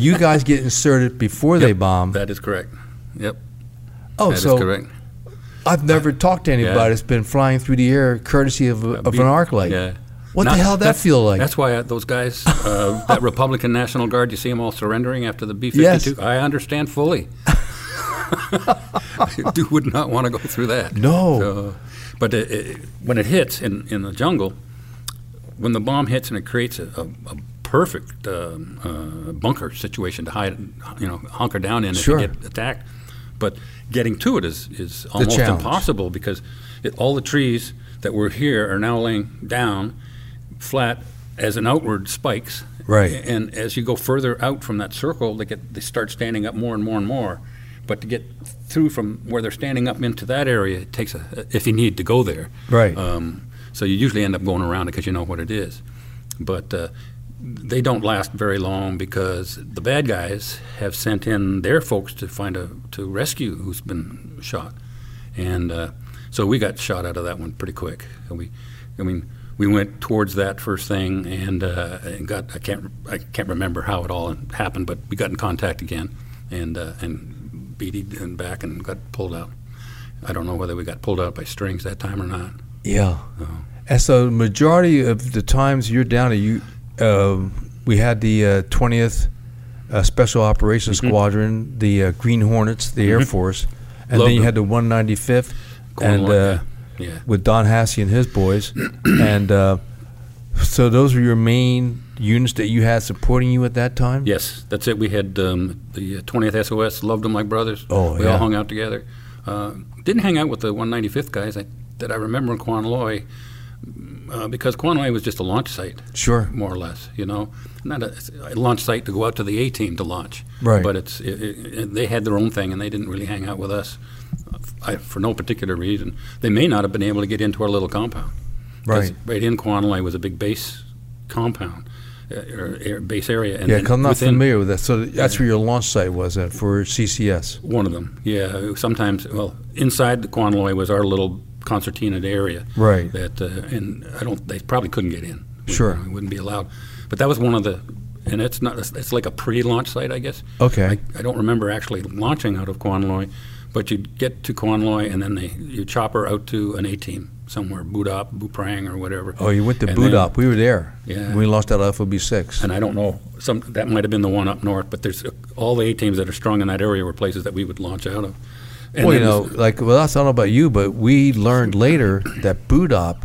S1: You guys get inserted before they bomb.
S2: that is correct. Yep,
S1: Um, oh,
S2: that is
S1: so
S2: correct.
S1: I've never talked to anybody
S2: Yeah.
S1: that's been flying through the air courtesy of, a- of
S2: Be-
S1: an arc light.
S2: Yeah.
S1: What
S2: Not-
S1: the hell that
S2: that's-
S1: feel like?
S2: That's why uh, those guys,
S1: <laughs>
S2: uh, that Republican National Guard, you see them all surrendering after the B-52.
S1: Yes.
S2: I understand
S1: <laughs>
S2: fully. you would not want to go through that.
S1: No.
S2: So, but it, it, when it hits in, in the jungle, when the bomb hits and it creates a, a, a perfect um, uh, bunker situation to hide, you know, hunker down in if
S1: Sure.
S2: you get attacked. But getting to it is, is almost
S1: challenge.
S2: impossible because it, all the trees that were here are now laying down flat as an outward spikes.
S1: Right.
S2: And as you go further out from that circle, they get they start standing up more and more and more. But to get through from where they're standing up into that area, it takes a if you need to go there.
S1: Right.
S2: Um, so you usually end up going around it because you know what it is. But uh, they don't last very long because the bad guys have sent in their folks to find a to rescue who's been shot, and uh, so we got shot out of that one pretty quick. And we, I mean, we went towards that first thing and, uh, and got I can't I can't remember how it all happened, but we got in contact again, and uh, and beated and back and got pulled out. I don't know whether we got pulled out by strings that time or not.
S1: Yeah.
S2: uh,
S1: And so, majority of the times you're down, there, you um we had the twentieth uh, Special Operations
S2: Mm-hmm.
S1: Squadron, the uh, Green Hornets, the Air Force, and then
S2: Love
S1: you
S2: them.
S1: had the one ninety fifth, and uh,
S2: Cornwall, yeah. yeah.
S1: with Don Hassey and his
S2: <clears throat>
S1: boys, and uh, so those were your main units that you had supporting you at that time.
S2: Yes, that's it. We had um, the 20th SOS, loved them like brothers.
S1: Oh,
S2: we
S1: yeah.
S2: all hung out together. Uh, didn't hang out with the 195th guys I, that I remember in Quanloy uh, because Quanloy was just a launch site,
S1: Sure.
S2: more or less, you know. Not a, a launch site to go out to the A team to launch.
S1: Right.
S2: But it's it, it, it- they had their own thing and they didn't really hang out with us uh, I, for no particular reason. They may not have been able to get into our little compound. 'Cause
S1: Right.
S2: Right in Quanloy was a big base compound. uh, Or, or base area, and
S1: Yeah,
S2: then
S1: 'cause I'm not
S2: within-
S1: familiar with that. So that's where your launch site was at for CCS.
S2: One of them, yeah. Sometimes, well, inside the Quanloy was our little concertinaed area.
S1: Right.
S2: That, uh, and I don't, they probably couldn't get in. We-
S1: Sure.
S2: We wouldn't be allowed. But that was one of the, and it's not, it's like a pre-launch site, I guess.
S1: Okay.
S2: I, I don't remember actually launching out of Quanloy, But you'd get to Quanloy, and then they you chopper out to an A team somewhere, Budap, Buprang, or whatever.
S1: Oh, you went to
S2: And then-
S1: Budap. We were there.
S2: Yeah.
S1: We lost out of FOB six.
S2: and I don't know some that might have been the one up north, but there's uh, all the A teams that are strong in that area were places that we would launch out of. And
S1: well, you
S2: then
S1: know, like well, that's not about you, but we learned later that Budap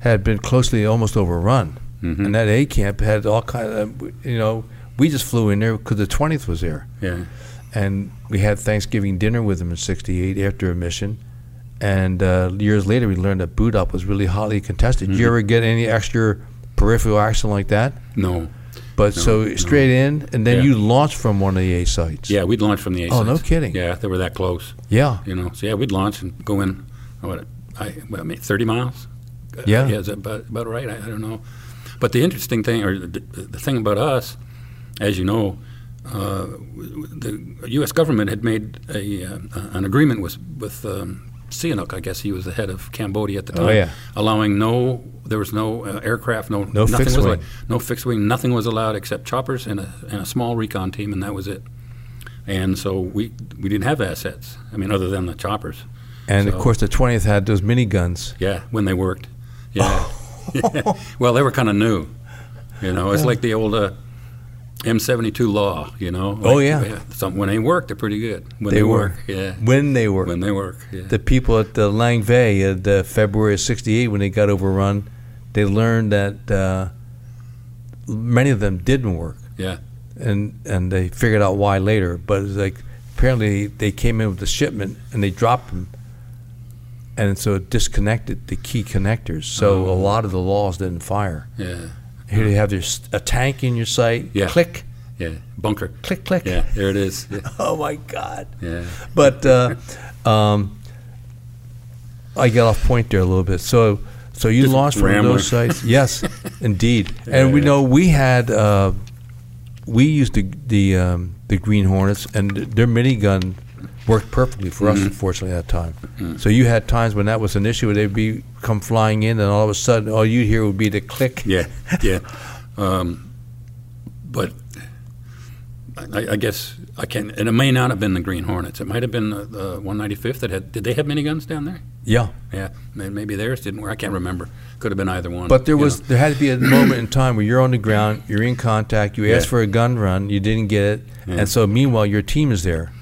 S1: had been closely almost overrun,
S2: Mm-hmm.
S1: and that A camp had all kind of, you know, we just flew in there because the twentieth was there,
S2: yeah,
S1: and we had Thanksgiving dinner with them in '68 after a mission, and uh, years later we learned that Budap was really hotly contested. Did you
S2: Mm-hmm.
S1: ever get any extra peripheral action like that?
S2: no,
S1: But so straight in, and then
S2: Yeah.
S1: you launched from one of the A sites.
S2: yeah, Uh, we'd launch from the A.
S1: Oh, no
S2: sites.
S1: kidding.
S2: Yeah, they were that close.
S1: Yeah.
S2: You know, so yeah, we'd launch and go in. What I, well, I mean, thirty miles. Uh,
S1: Yeah.
S2: yeah, is that about, about right? I, I don't know. But the interesting thing, or the, the thing about us, as you know, uh, w- w- the U.S. government had made a, uh, an agreement with with um, Sihanouk. I guess he was the head of Cambodia at the
S1: Oh,
S2: time,
S1: yeah.
S2: allowing no there was no uh, aircraft, no
S1: No
S2: nothing
S1: fixed
S2: was
S1: wing.
S2: allowed- no fixed wing, nothing was allowed except choppers and a, and a small recon team, and that was it. And so we we didn't have assets. I mean, other than the choppers.
S1: And of
S2: So-
S1: course, the twentieth had those mini guns.
S2: Yeah, when they worked. <laughs> Yeah.
S1: Oh.
S2: well, they were kind of new. You know, it's like the old uh, M72 law, you know?
S1: Oh,
S2: Like,
S1: yeah.
S2: some, when they work, they're pretty good. When
S1: They
S2: they,
S1: were.
S2: work. Yeah.
S1: When they were.
S2: When they work. Yeah.
S1: the people at the Langvay at uh, February of '68 when they got overrun, they learned that uh, many of them didn't work,
S2: yeah.
S1: and and they figured out why later. But it's like apparently they came in with a shipment and they dropped them, and so it disconnected the key connectors. So
S2: Oh.
S1: a lot of the laws didn't fire.
S2: Yeah.
S1: Here you have there's a tank in your sight.
S2: Yeah.
S1: Click,
S2: Yeah. Bunker.
S1: click, click.
S2: Yeah. There it is. Yeah.
S1: <laughs> Oh my God.
S2: yeah.
S1: but uh, um, I got off point there a little bit. So, so you
S2: Just
S1: launched from
S2: rambling.
S1: those sites,
S2: <laughs>
S1: yes, indeed. And we know we had uh, we used the the, um, the Green Hornets, and their minigun worked perfectly for
S2: Mm-hmm.
S1: us. Unfortunately, at that time, so you had times when that was an issue. where They'd be come flying in, and all of a sudden, all you'd hear would be the click.
S2: Yeah. Yeah. Um, but I, I guess I can, and it may not have been the Green Hornets. It might have been the, the 195th that had, did they have miniguns down there?
S1: Yeah.
S2: Yeah, may- maybe theirs didn't work. I can't remember. Could have been either one.
S1: But there
S2: you
S1: was
S2: know.
S1: there had to
S2: <clears throat>
S1: be a moment in time where you're on the ground, you're in contact, you asked
S2: Yeah.
S1: for a gun run, you didn't get it,
S2: Yeah. Hmm.
S1: and so meanwhile your team is there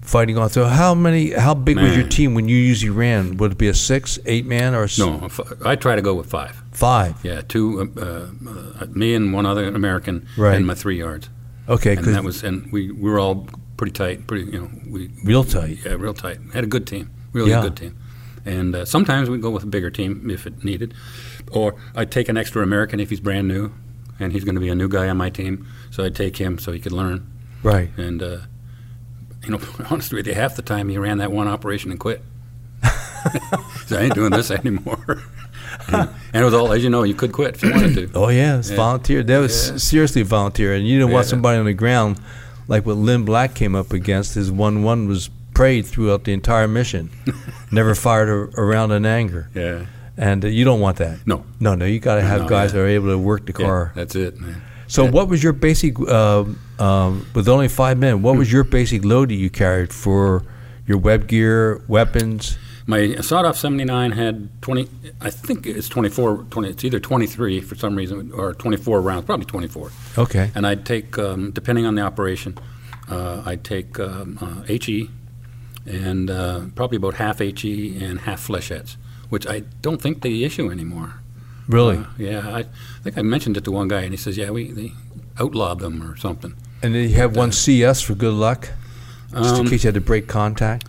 S1: fighting on. So how many? How big was your
S2: Man.
S1: team when you usually ran? Would it be a six, eight man, or a s-
S2: no. f- I try to go with five.
S1: five?
S2: Yeah, two, uh, uh, me and one other American,
S1: Right.
S2: and my three yards.
S1: Okay,
S2: And that
S1: 'cause
S2: was, and we, we were all pretty tight. Pretty, you know, we
S1: real tight.
S2: yeah, real tight. Had a good team, really
S1: Yeah.
S2: a good team. And uh, sometimes we go with a bigger team if it needed, or I take an extra American if he's brand new, and he's going to be a new guy on my team, so I take him so he could learn.
S1: Right.
S2: And uh, you know, <laughs> honestly, with you, half the time he ran that one operation and quit. so I ain't doing this anymore. and it was all, as you know, you could quit if you
S1: <coughs>
S2: wanted to.
S1: Oh yeah, it's
S2: Yeah.
S1: volunteer. That was
S2: Yeah.
S1: s seriously volunteer, and you didn't want
S2: Yeah.
S1: somebody on the ground like what Lynn Black came up against. His one-one was prayed throughout the entire
S2: <laughs>
S1: mission, never fired a, a round in anger.
S2: Yeah.
S1: And uh, you don't want that.
S2: No.
S1: No, no. You got to have
S2: No,
S1: guys
S2: yeah.
S1: that are able to work the
S2: Yeah,
S1: car.
S2: that's it, man.
S1: so, what was your basic, um, um, with only five men, what was your basic load that you carried for your web gear, weapons?
S2: My sawed-off 79 had 20, I think it's 24, 20, it's either 23 for some reason, or 24 rounds, probably 24.
S1: Okay.
S2: And I'd take, um, depending on the operation, uh, I'd take um, uh, HE and uh, probably about half HE and half fleshettes, which I don't think they issue anymore.
S1: Really?
S2: Uh, yeah, I think I mentioned it to one guy, and he says, "Yeah, we they outlawed them or something."
S1: and then you had one CS for good luck, just in
S2: Um,
S1: case you had to break contact.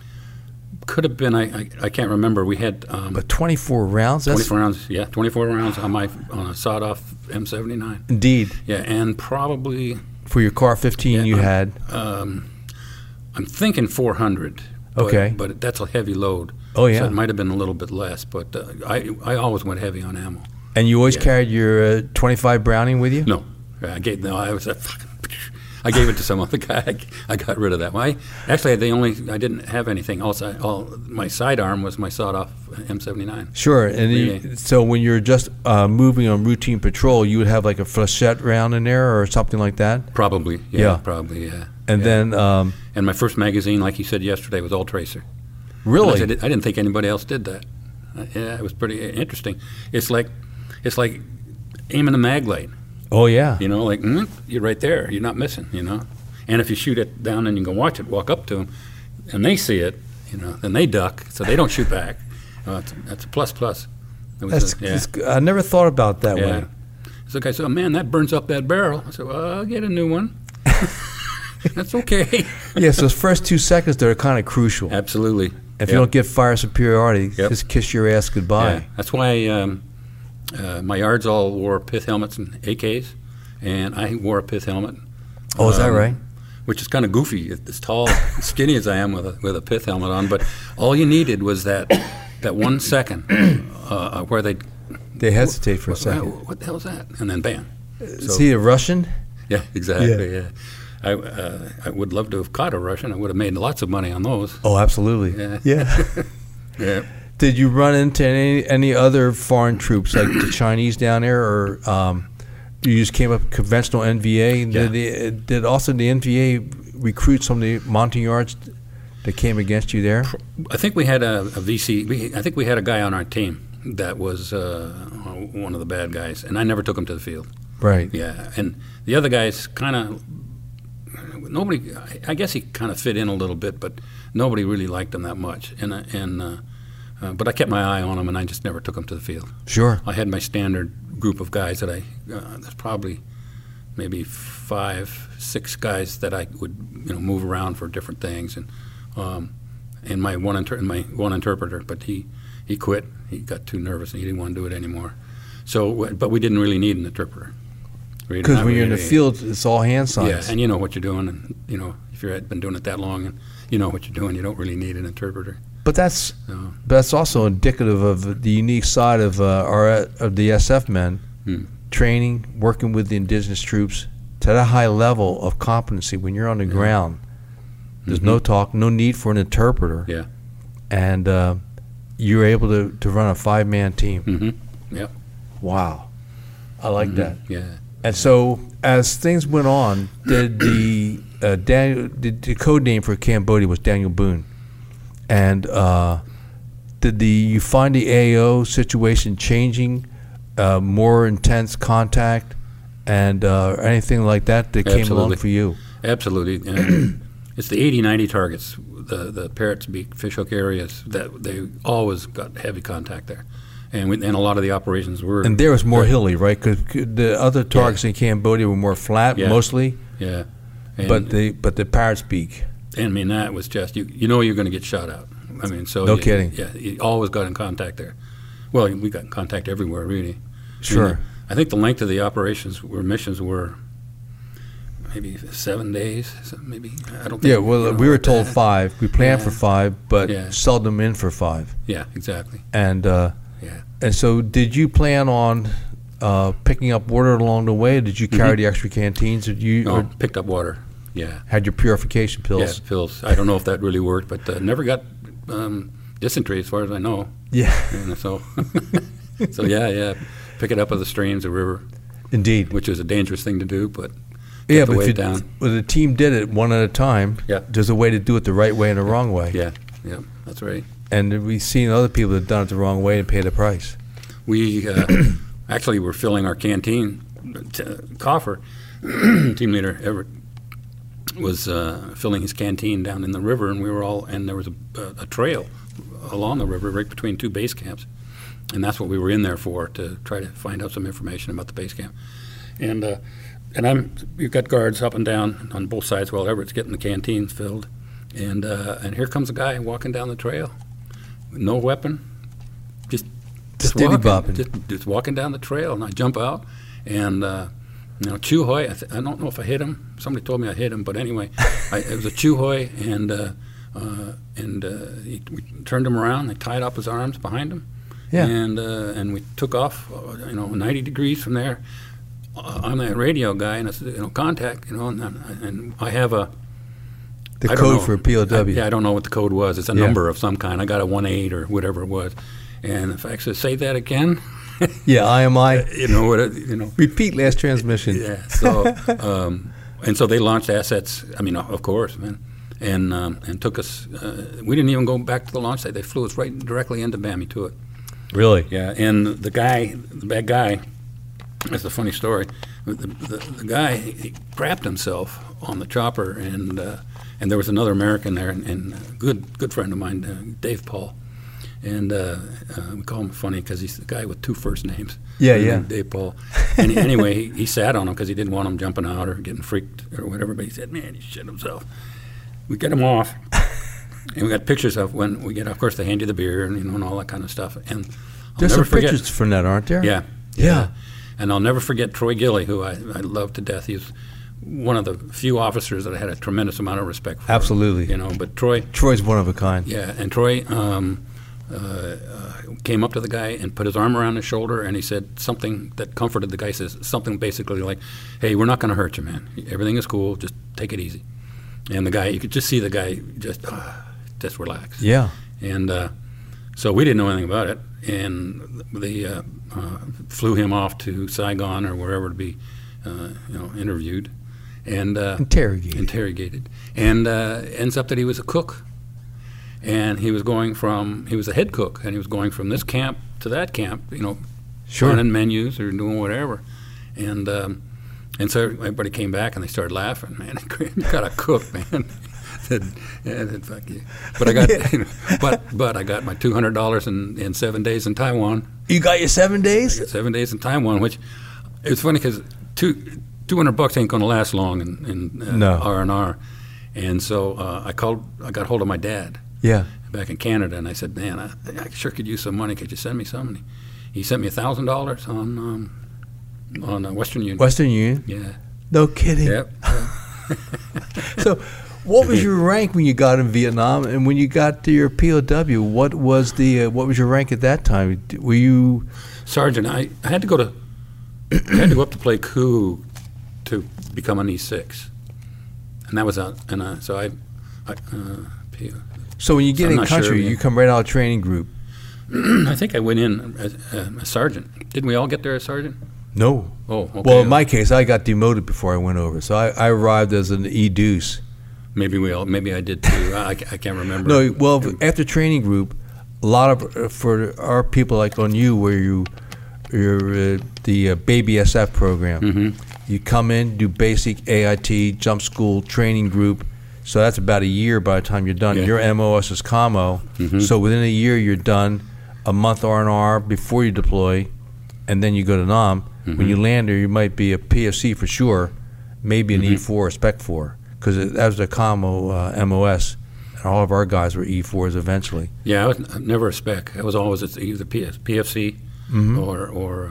S2: Could have been. I, I, I can't remember. We had um,
S1: But 24 rounds? That's
S2: 24 rounds. Yeah, 24 rounds on my on a sawed-off M79.
S1: indeed.
S2: Yeah, and probably
S1: For your car 15,
S2: Yeah,
S1: you
S2: um,
S1: had.
S2: um, I'm thinking 400. but-
S1: Okay.
S2: But that's a heavy load.
S1: Oh, yeah.
S2: So it might have been a little bit less, but uh, I I always went heavy on ammo.
S1: And you always
S2: yeah.
S1: carried your uh, 25 Browning with you?
S2: No, I gave no. I was a fucking. <laughs> I gave it to some other guy. I, got rid of that. Why? Actually, the only I didn't have anything. All, si- all my sidearm was my sawed-off M79.
S1: Sure. And
S2: Yeah.
S1: you, so when you're just uh, moving on routine patrol, you would have like a flechette round in there or something like that?
S2: Probably. Yeah.
S1: Yeah.
S2: Probably. Yeah.
S1: And then um,
S2: And my first magazine, like you said yesterday, was All Tracer.
S1: Really?
S2: I, said, I didn't think anybody else did that. Uh, yeah, it was pretty interesting. It's like, it's like aiming a mag light.
S1: Oh yeah.
S2: You know, like mm, you're right there. You're not missing. You know, and if you shoot it down and you can watch it walk up to them, and they see it, you know, then they duck, so they don't shoot back. <laughs> Uh, that's, that's a plus plus. It was
S1: That's,
S2: a- yeah.
S1: that's- I never thought about that
S2: Yeah.
S1: way.
S2: It's like I said, man, that burns up that barrel. I said, well, I'll get a new one. <laughs> That's okay. <laughs>
S1: Yes, those first two seconds they're kind of crucial.
S2: Absolutely.
S1: If you don't get fire superiority,
S2: Yep.
S1: just kiss your ass
S2: yeah.
S1: goodbye.
S2: That's why um, uh, my yards all wore pith helmets and AKs, and I wore a pith helmet,
S1: Oh, is that
S2: Um,
S1: right?
S2: which is kind of goofy. As tall, <laughs> skinny as I am with a, with a pith helmet on, but all you needed was that that one second <coughs> uh, where they
S1: They hesitate for a
S2: what,
S1: second.
S2: what the hell's that? And then bam. So-
S1: Is he a Russian?
S2: Yeah, exactly. Yeah, I, uh, I would love to have caught a Russian. I would have made lots of money on those.
S1: Oh, absolutely.
S2: Yeah. <laughs>
S1: yeah.
S2: Yeah,
S1: Did you run into any any other foreign troops like
S2: <clears throat>
S1: the Chinese down there, or um, you just came up conventional NVA?
S2: Yeah.
S1: Did, the, did also the NVA recruit some of the Montagnards that came against you there?
S2: I think we had a, a VC. We, I think we had a guy on our team that was uh, one of the bad guys, and I never took him to the field.
S1: Right.
S2: Yeah, and the other guys kind of nobody. I- I guess he kind of fit in a little bit, but nobody really liked him that much. And I- and uh, uh, but I kept my eye on him, and I just never took him to the field.
S1: Sure.
S2: I had my standard group of guys that I, uh, there's probably maybe five, six guys that I would, you know, move around for different things, and um, and my one inter- my one interpreter, but he he quit. He got too nervous and he didn't want to do it anymore. So, w- but we didn't really need an interpreter. We didn't-
S1: Because
S2: I
S1: when you're in the
S2: really-
S1: field, it's all hand
S2: yeah,
S1: signs.
S2: and you know what you're doing, and you know if you've been doing it that long, and you know what you're doing, you don't really need an interpreter.
S1: but that's
S2: So,
S1: but that's also indicative of the unique side of uh, our of the SF men
S2: Hmm.
S1: training, working with the indigenous troops to that high level of competency. When you're on the ground, there's no talk, no need for an interpreter.
S2: Mm-hmm. yeah.
S1: and uh, you were able to, to run a five man team.
S2: hmm
S1: Wow, I like
S2: Mm-hmm.
S1: that.
S2: Yeah.
S1: And so as things went on, did the uh, Daniel the, the code name for Cambodia was Daniel Boone, and uh, did the you find the AO situation changing, uh, more intense contact, and uh, anything like that that came along
S2: Absolutely.
S1: for you?
S2: Absolutely. And <clears throat> it's the 80 90 targets, the, the Parrots Beak fishhook areas, that they always got heavy contact there. And, we, and a lot of the operations were.
S1: And there was more hilly, right? Because the other targets in Cambodia were more flat,
S2: Yeah.
S1: mostly,
S2: yeah. And,
S1: but the but the parrot's beak.
S2: I mean, that was just, you, you know, you're going to get shot out. I mean, so.
S1: No
S2: you-
S1: kidding.
S2: Yeah, you always got in contact there. Well, we got in contact everywhere, really.
S1: Sure.
S2: Yeah. I think the length of the operations were missions were maybe seven days, so maybe. I don't think.
S1: Yeah,
S2: you
S1: well,
S2: know,
S1: we were told five. We planned for
S2: Yeah.
S1: five, but
S2: Yeah.
S1: seldom in for five.
S2: Yeah, exactly.
S1: And uh,
S2: Yeah.
S1: and so, did you plan on uh, picking up water along the way? Did
S2: Mm-hmm.
S1: you carry the extra canteens? Did you
S2: Oh,
S1: or
S2: picked up water. Yeah.
S1: had your purification pills?
S2: Yeah, pills. I don't know if that really worked, but uh, never got um, dysentery as far as I know.
S1: Yeah, <laughs>
S2: And so, <laughs> so yeah, yeah. Pick it up at the streams, the river,
S1: indeed.
S2: which is a dangerous thing to do, but
S1: yeah,
S2: the
S1: but if
S2: weight
S1: you,
S2: down.
S1: well, the team did it one at a time.
S2: Yeah.
S1: there's a way to do it the right way and the wrong way.
S2: yeah, yeah, that's right.
S1: and we've seen other people that done it the wrong way and pay the price.
S2: We uh, <clears throat> actually were filling our canteen t- coffer. <clears throat> Team leader Everett was uh, filling his canteen down in the river, and we were all and there was a, a, a trail along the river right between two base camps, and that's what we were in there for to try to find out some information about the base camp. And uh, and I'm you've got guards up and down on both sides while Everett's getting the canteens filled, and uh, and here comes a guy walking down the trail, with no weapon, just
S1: Just
S2: walking,
S1: diddy-bopping.
S2: just, just walking down the trail, and I jump out, and uh, you know Chu Hoy, I, th- I don't know if I hit him. Somebody told me I hit him, but anyway, I, it was a Chu Hoy, and uh, uh, and uh, he, we turned him around. They tied up his arms behind him.
S1: Yeah.
S2: And uh, and we took off, uh, you know, 90 degrees from there. Uh, I'm that radio guy, and I said, you know, contact, you know, and, and I have a
S1: The
S2: I don't
S1: code
S2: know.
S1: for a POW.
S2: I- yeah, I don't know what the code was. It's a
S1: Yeah.
S2: number of some kind. I got a one eight or whatever it was. And if I said, say that again,
S1: yeah, IMI.
S2: you know what? it- You know,
S1: Repeat last transmission.
S2: yeah. So, um, and so they launched assets. I mean, of course, man. and um, and took us. Uh, we didn't even go back to the launch site. They flew us right directly into Bammy to it.
S1: Really?
S2: Yeah, uh, and the guy, the bad guy, that's a funny story. The, the, the guy he crapped himself on the chopper, and uh, and there was another American there, and, and a good good friend of mine, uh, Dave Paul, and uh, uh, we call him funny because he's the guy with two first names.
S1: Yeah,
S2: His
S1: yeah.
S2: name's Dave Paul. And he- anyway, he, he sat on him because he didn't want him jumping out or getting freaked or whatever. But he said, "Man, he shit himself." We get him off, and we got pictures of when we get. Of course, they hand you the beer and you know and all that kind of stuff. And I'll
S1: There's some
S2: never forget.
S1: pictures from that, aren't there?
S2: Yeah.
S1: Yeah.
S2: And I'll never forget Troy Gilly, who I, I love to death. He's one of the few officers that I had a tremendous amount of respect for.
S1: Absolutely.
S2: You know, but Troy,
S1: Troy's one of a kind.
S2: yeah, and Troy um, uh, uh, came up to the guy and put his arm around his shoulder, and he said something that comforted the guy. Says something basically like, "Hey, we're not going to hurt you, man. Everything is cool. Just take it easy." And the guy, you could just see the guy just, ah, just relax.
S1: Yeah.
S2: And uh, so we didn't know anything about it, and they uh, uh, flew him off to Saigon or wherever to be, uh, you know, interviewed and uh,
S1: Interrogated.
S2: interrogated. And uh, ends up that he was a cook, and he was going from he was a head cook, and he was going from this camp to that camp, you know,
S1: Sure.
S2: running menus or doing whatever, and. Um, and so everybody came back and they started laughing. Man, <laughs> you gotta cook, man. <laughs> said, yeah, then fuck you. But
S1: <laughs>
S2: I got, but but I got my two hundred dollars in, in seven days in Taiwan.
S1: You got your seven days?
S2: Seven days in Taiwan, which it's funny because two two hundred bucks ain't gonna last long in in uh,
S1: No.
S2: R and R. And so uh, I called. I got hold of my dad
S1: Yeah.
S2: back in Canada, and I said, "Man, I, I sure could use some money. Could you send me some?" And he, he sent me thousand dollars on um, on uh, Western Union.
S1: Western Union.
S2: Yeah.
S1: No kidding.
S2: Yep.
S1: So, what was your rank when you got in Vietnam, and when you got to your POW? What was the uh, what was your rank at that time? D- Were you
S2: sergeant, I, I had to go to I had to go up to play coup to become an E six, and that was out. And uh, so I, I uh, <clears throat> P-
S1: so when you get
S2: I'm
S1: in
S2: not sure,
S1: country,
S2: yeah.
S1: you come right out of training group?
S2: I think I went in as uh, a sergeant. Didn't we all get there as sergeant?
S1: No.
S2: Oh, okay.
S1: Well, in my case, I got demoted before I went over, so I, I arrived as an E deuce.
S2: maybe we all maybe I did too. I, I ca- I can't remember.
S1: No, well, after training group, a lot of uh, for our people like on you, where you, you're uh, the uh, baby SF program.
S2: Mm-hmm.
S1: You come in, do basic AIT, jump school, training group. So that's about a year by the time you're done.
S2: Yeah.
S1: Your MOS is COMO. So within a year, you're done. A month R and R before you deploy, and then you go to NOM. When you land there, you might be a PFC for sure, maybe an E4 or Spec 4, because that was the COMO uh, MOS. And all of our guys were E4s eventually.
S2: yeah, I was n- never a spec. I was always it's either PS, PFC or or uh,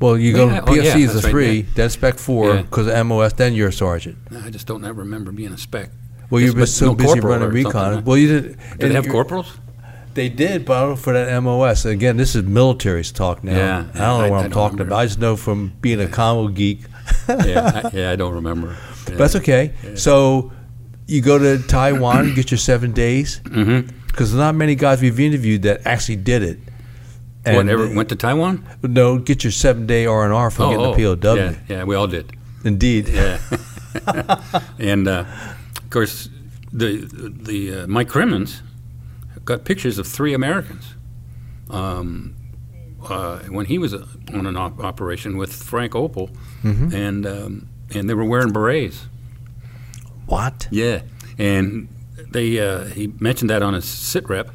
S1: Well, you go
S2: Yeah, oh,
S1: PFC
S2: yeah,
S1: is a
S2: that's right,
S1: three,
S2: yeah.
S1: then Spec 4,
S2: Yeah.
S1: because MOS, then you're a sergeant.
S2: I just don't ever remember being a spec.
S1: Well,
S2: Yes,
S1: you've been
S2: but
S1: so
S2: no
S1: busy
S2: corporal
S1: running
S2: or something,
S1: recon.
S2: huh?
S1: Well, you did.
S2: Did they have
S1: <laughs>
S2: corporals?
S1: They did, but I don't know for that MOS. Again, this is military's talk now.
S2: Yeah,
S1: I don't know
S2: I-
S1: what
S2: I
S1: I, am
S2: don't
S1: talking
S2: remember.
S1: about. I just know from being a combo geek.
S2: yeah, I, yeah, I don't remember.
S1: But that's okay. So you go to Taiwan, you get your seven days, because mm-hmm. not many guys we've interviewed that actually did it.
S2: Whatever went to Taiwan.
S1: no, get your seven day R and R for getting a POW.
S2: Oh, Yeah, yeah, we all did.
S1: Indeed. <laughs>
S2: And uh, of course, the the uh, Mike Crimmins got pictures of three Americans um, uh, when he was uh, on an op- operation with Frank Opel,
S1: Mm-hmm.
S2: and um, and they were wearing berets.
S1: What?
S2: Yeah, and they uh, he mentioned that on his sit rep,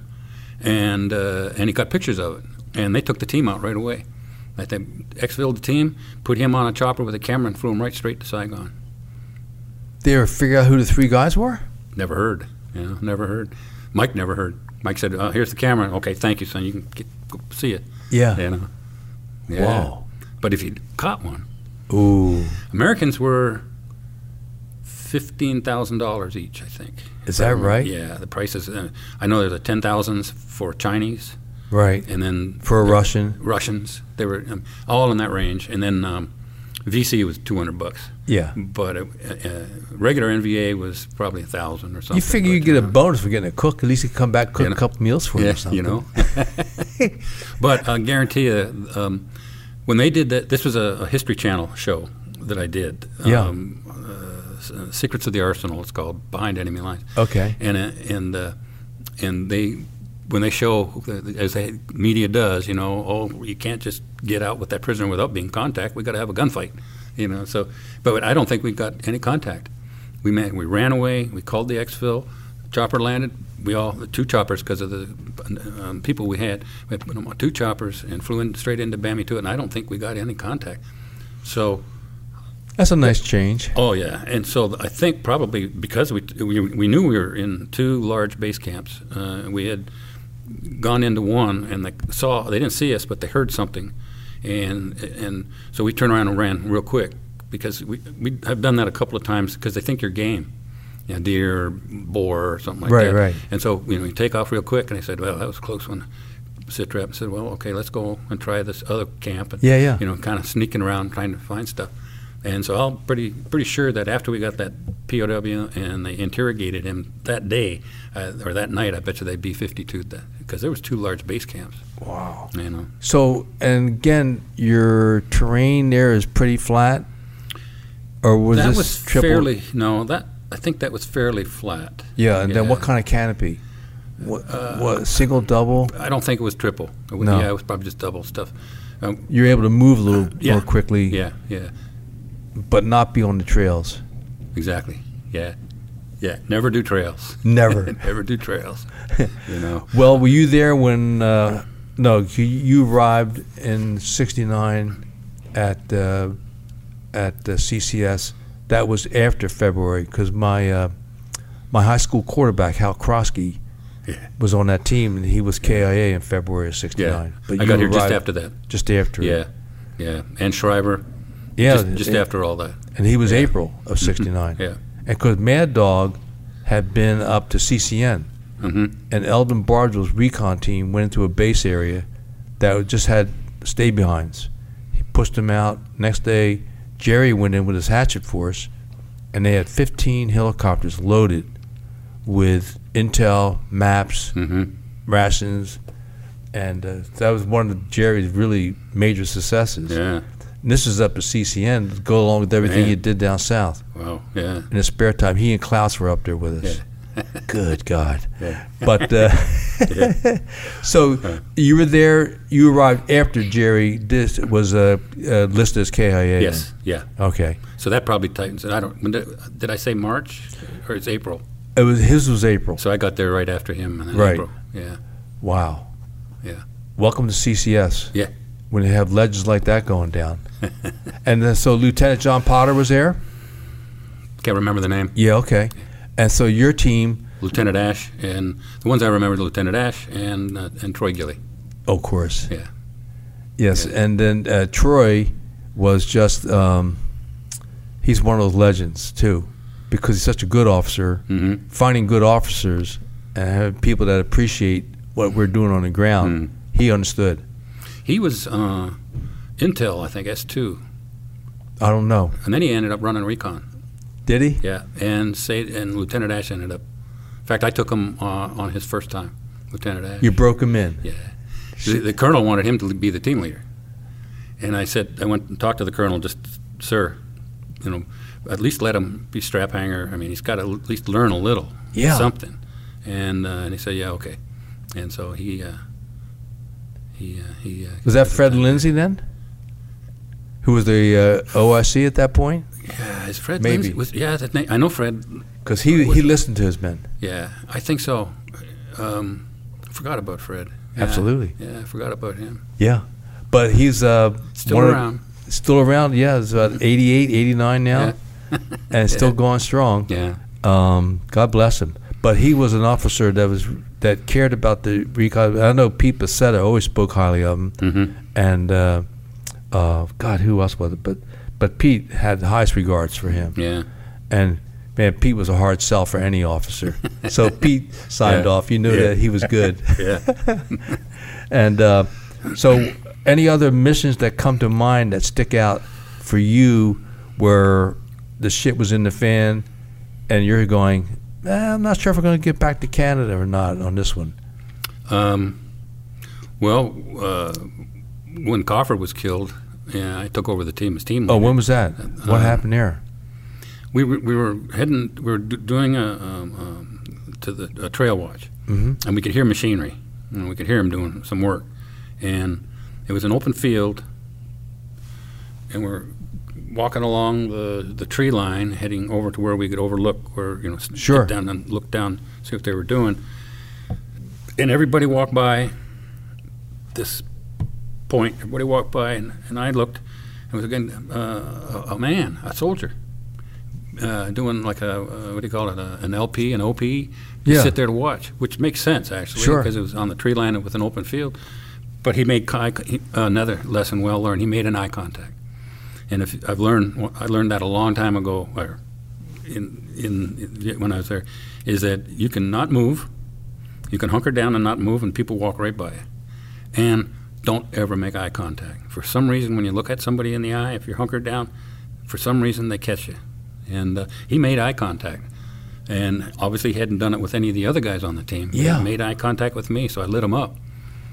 S2: and uh, and he got pictures of it, and they took the team out right away. Like they exfilled the team, put him on a chopper with a camera, and flew him right straight to Saigon.
S1: They ever figure out who the three guys were?
S2: Never heard. You know, never heard. Mike never heard. Mike said, oh, "Here's the camera. Okay, thank you, son. You can get, go see it."
S1: Yeah.
S2: You know. Yeah.
S1: Wow.
S2: But if you caught one,
S1: Ooh.
S2: Americans were fifteen thousand dollars each, I think.
S1: Is that right?
S2: Yeah, the prices. Uh, I know there's a ten thousands for Chinese,
S1: Right.
S2: and then
S1: For a Russian.
S2: Russians. They were um, all in that range, and then um, VC was two hundred bucks,
S1: Yeah.
S2: but uh, uh, regular NVA was probably a thousand or something.
S1: You figure
S2: but,
S1: you get a
S2: know.
S1: bonus for getting a cook. At least you come back, cook
S2: You know?
S1: a couple meals for you or
S2: Yes,
S1: something.
S2: you
S1: <laughs>
S2: know. <laughs> but I guarantee you, um, when they did that, this was a, a History Channel show that I did.
S1: Yeah.
S2: Um, uh, uh, Secrets of the Arsenal. It's called Behind Enemy Lines.
S1: Okay.
S2: And uh, and uh, and they when they show uh, as the media does, you know, oh, you can't just get out with that prisoner without being contact. We got to have a gunfight, you know. So, but I don't think we got any contact. We met, we ran away. We called the exfil. Chopper landed. We all two choppers because of the um, people we had. We had to put them on two choppers and flew in straight into Bammy to it. And I don't think we got any contact. So.
S1: That's a nice change.
S2: Oh yeah, and so th- I think probably because we we, we knew we were in two large base camps, uh, we had gone into one, and they saw they didn't see us, but they heard something, and and so we turned around and ran real quick because we we have done that a couple of times because they think you're game, you know, deer, boar, or something like
S1: Right,
S2: that.
S1: right.
S2: And so you know you take off real quick, and I said, well, that was a close one. Sitrep and said, well, okay, let's go and try this other camp. And,
S1: Yeah, yeah.
S2: You know, kind of sneaking around trying to find stuff. And so I'm pretty pretty sure that after we got that POW and they interrogated him that day uh, or that night, I bet you they B-52 because there was two large base camps.
S1: Wow.
S2: You know,
S1: So, and again, your terrain there is pretty flat, or was
S2: that
S1: this
S2: was
S1: triple?
S2: fairly no that I think that was fairly flat.
S1: yeah, and then
S2: yeah. Uh,
S1: what kind of canopy? What, what single, double?
S2: I don't think it was triple. It was,
S1: No.
S2: Yeah, it was probably just double stuff. Um,
S1: You're able to move a little
S2: yeah.
S1: more quickly,
S2: yeah, yeah,
S1: but not be on the trails.
S2: exactly. Yeah, yeah. Never do trails.
S1: Never.
S2: <laughs> Never
S1: <laughs>
S2: do trails. You know.
S1: well, were you there when? Uh, no, you- you arrived in '69 at uh, at uh, the CCS. That was after February because my uh, my high school quarterback Hal Krosky
S2: Yeah.
S1: was on that team and he was KIA in February of '69.
S2: I got here just
S1: arrived
S2: after that.
S1: Just after.
S2: Yeah, yeah. And Shriver.
S1: Yeah.
S2: just, just
S1: and-
S2: after all that.
S1: And he was April of '69.
S2: Mm-hmm. Yeah.
S1: And because Mad Dog had been up to CCN.
S2: hmm
S1: and Eldon Bargel's recon team went into a base area that just had stay behinds. He pushed them out. Next day, Jerry went in with his hatchet force, and they had 15 helicopters loaded with intel, maps,
S2: hmm
S1: rations, and uh, that was one of Jerry's really major successes.
S2: Yeah.
S1: And this is up at CCN, to go along with everything
S2: Man.
S1: he did down south.
S2: Wow. Yeah.
S1: In his spare time, he and Klaus were up there with us.
S2: <laughs>
S1: Good God.
S2: Yeah.
S1: But uh, <laughs> so you were there. You arrived after Jerry. This was uh, uh, listed as KIA.
S2: Yes. Yeah.
S1: Okay.
S2: So that probably tightens it. I don't. When did, did I say March or it's April?
S1: It was his was April.
S2: So I got there right after him. And then
S1: Right.
S2: April. Yeah.
S1: Wow.
S2: Yeah.
S1: Welcome to CCS.
S2: Yeah.
S1: When they have legends like that going
S2: <laughs>
S1: down. and then, so Lieutenant John Potter was there.
S2: Can't remember the name.
S1: Yeah. Okay. And so your team,
S2: Lieutenant Ash and the ones I remember: Lieutenant Ash and uh, and Troy Gilly.
S1: of course.
S2: Yeah.
S1: Yes. And then uh, Troy was just. Um, he's one of those legends too, because he's such a good officer.
S2: Mm-hmm.
S1: finding good officers and having people that appreciate what we're doing on the ground.
S2: Hmm.
S1: He understood.
S2: He was uh, Intel, I think S two,
S1: I don't know.
S2: and then he ended up running recon.
S1: Did he?
S2: Yeah, and say and Lieutenant Ash ended up. In fact, I took him uh, on his first time, Lieutenant Ash.
S1: You broke him in.
S2: yeah, the, the colonel wanted him to be the team leader, and I said I went and talked to the colonel. Just sir, you know, at least let him be strap hanger. I mean, he's got to at least learn a little,
S1: Yeah.
S2: something. And uh, and he said, yeah, okay. And so he uh, he uh, he uh,
S1: Was that Fred Lindsay then? Who was the uh, OIC at that point?
S2: Yeah, is Fred
S1: Maybe.
S2: Lindsay- Was, yeah, that name, I know Fred
S1: Because he, he listened to his men.
S2: Yeah, I think so. Um, forgot about Fred. Yeah.
S1: Absolutely.
S2: Yeah, I forgot about him.
S1: Yeah. But he's uh,
S2: Still
S1: one of-
S2: around.
S1: still around, yeah. It's about 88, 89 now. <laughs> and it's still going strong.
S2: Yeah.
S1: Um, God bless him. But he was an officer that was that cared about the recon. I know Pete Bissetta always spoke highly of him,
S2: Mm-hmm.
S1: and uh, uh, God, who else was it? But but Pete had the highest regards for him,
S2: Yeah.
S1: and man, Pete was a hard sell for any officer.
S2: <laughs>
S1: so Pete signed
S2: Yeah.
S1: off. You knew
S2: Yeah.
S1: that he was
S2: <laughs>
S1: good,
S2: Yeah.
S1: and uh, so any other missions that come to mind that stick out for you where the shit was in the fan, and you're going. "Eh, I'm not sure if we're going to get back to Canada or not on this one.
S2: um, well, uh, when Coffer was killed, yeah, I took over the team as team.
S1: Oh,
S2: leader.
S1: when was that? What
S2: Uh,
S1: happened there?
S2: we were, we were heading, we were d- doing a, um, um, to the a trail watch, mm-hmm. and we could hear machinery, and we could hear them doing some work, and it was an open field, and we're walking along the, the tree line, heading over to where we could overlook, where you know, s-
S1: Sure.
S2: get down and look down, see what they were doing, and everybody walked by this point. Everybody walked by, and, and I looked, and it was again uh, a, a man, a soldier, uh, doing like a uh, what do you call it, a, an LP, an OP. You
S1: Yeah.
S2: sit there to watch, which makes sense actually,
S1: Sure.
S2: because it was on the tree line with an open field. But he made con- he- another lesson well learned. He made an eye contact, and if I've learned, I learned that a long time ago, or in, in when I was there, is that you can not move, you can hunker down and not move, and people walk right by you. And don't ever make eye contact. For some reason, when you look at somebody in the eye, if you're hunkered down, for some reason they catch you. And uh, he made eye contact. And obviously, he hadn't done it with any of the other guys on the team. but he
S1: Yeah.
S2: made eye contact with me, so I lit him up.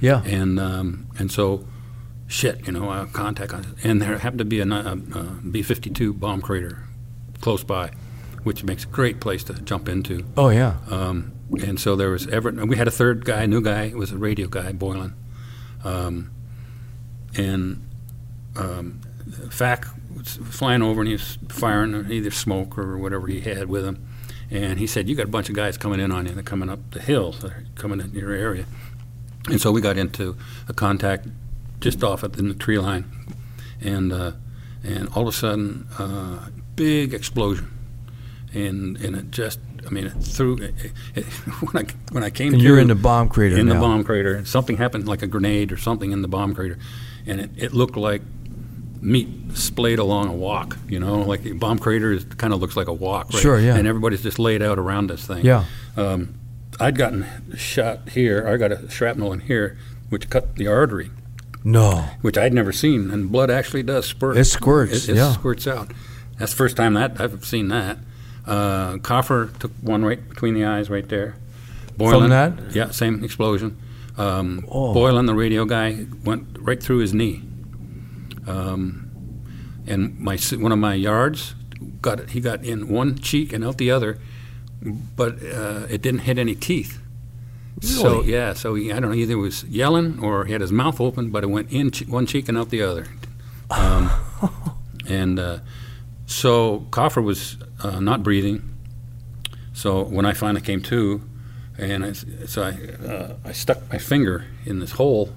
S1: Yeah.
S2: And um, and so, shit, you know, uh, contact. us. And there happened to be a B fifty two bomb crater close by, which makes a great place to jump into.
S1: Oh yeah.
S2: Um, and so there was Everett. and We had a third guy, new guy. It was a radio guy, Boylan. Um, and um, Fack was flying over, and he was firing either smoke or whatever he had with him. And he said, "You got a bunch of guys coming in on you. They're coming up the hill. They're coming in your area." And so we got into a contact just off at the, in the tree line, and uh, and all of a sudden, uh, big explosion, and and it just, I mean, it threw. It, it, <laughs> when I when I came,
S1: and you're
S2: to-
S1: in the bomb crater
S2: in
S1: now.
S2: the bomb crater, and something happened like a grenade or something in the bomb crater, and it, it looked like meat splayed along a walk. You know, like the bomb crater is, kind of looks like a walk. Right?
S1: Sure, yeah.
S2: And everybody's just laid out around this thing.
S1: Yeah.
S2: Um, I'd gotten shot here. I got a shrapnel in here, which cut the artery,
S1: No.
S2: which I'd never seen, and blood actually does spurt.
S1: It squirts,
S2: It, it
S1: yeah.
S2: squirts out. That's the first time that I've seen that. Uh, Coffer took one right between the eyes, right there. Boylan,
S1: that?
S2: Yeah, same explosion. Um,
S1: Oh.
S2: Boylan, the radio guy, went right through his knee. Um, and my s- one of my yards got it. He got in one cheek and out the other, but uh, it didn't hit any teeth. So
S1: Really?
S2: yeah, so he, I don't know. Either he was yelling or he had his mouth open, but it went in che- one cheek and out the other.
S1: <laughs>
S2: Um, and uh, so Coffer was uh, not breathing. So when I finally came to, and I, s- so I, uh, I stuck my finger in this hole,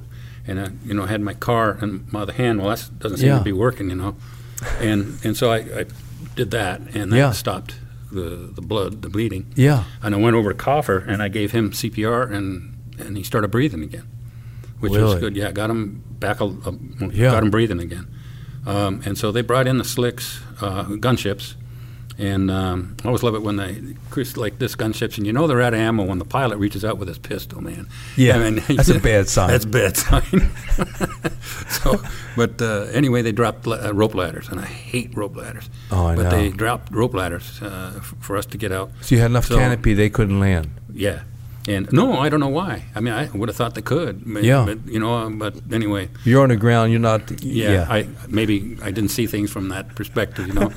S2: and I, you know, had my car and my other hand. Well, that doesn't seem
S1: Yeah.
S2: to be working, you know, and and so I, I did that, and that
S1: Yeah.
S2: stopped the the blood, the bleeding.
S1: Yeah.
S2: And I went over to Coffer and I gave him CPR and, and he started breathing again, which was
S1: Really?
S2: good. Yeah, got him back, a, a-
S1: Yeah.
S2: got him breathing again. Um, and so they brought in the slicks, uh, gunships, and um, I always love it when they, Chris, like this gunships, and you know they're out of ammo when the pilot reaches out with his pistol, man.
S1: Yeah,
S2: I
S1: that's
S2: <laughs>
S1: a bad sign.
S2: That's a bad sign. <laughs> so, but uh, anyway, they dropped la- uh, rope ladders, and I hate rope ladders.
S1: Oh, I
S2: but
S1: know.
S2: they dropped rope ladders uh, f- for us to get out.
S1: So you had enough
S2: So-
S1: canopy they couldn't land.
S2: yeah. And no, I don't know why. I mean, I would have thought they could. But,
S1: Yeah.
S2: But, you know, um, but anyway,
S1: You're on the ground. You're not.
S2: yeah,
S1: Yeah.
S2: I maybe I didn't see things from that perspective, you
S1: <laughs>
S2: know.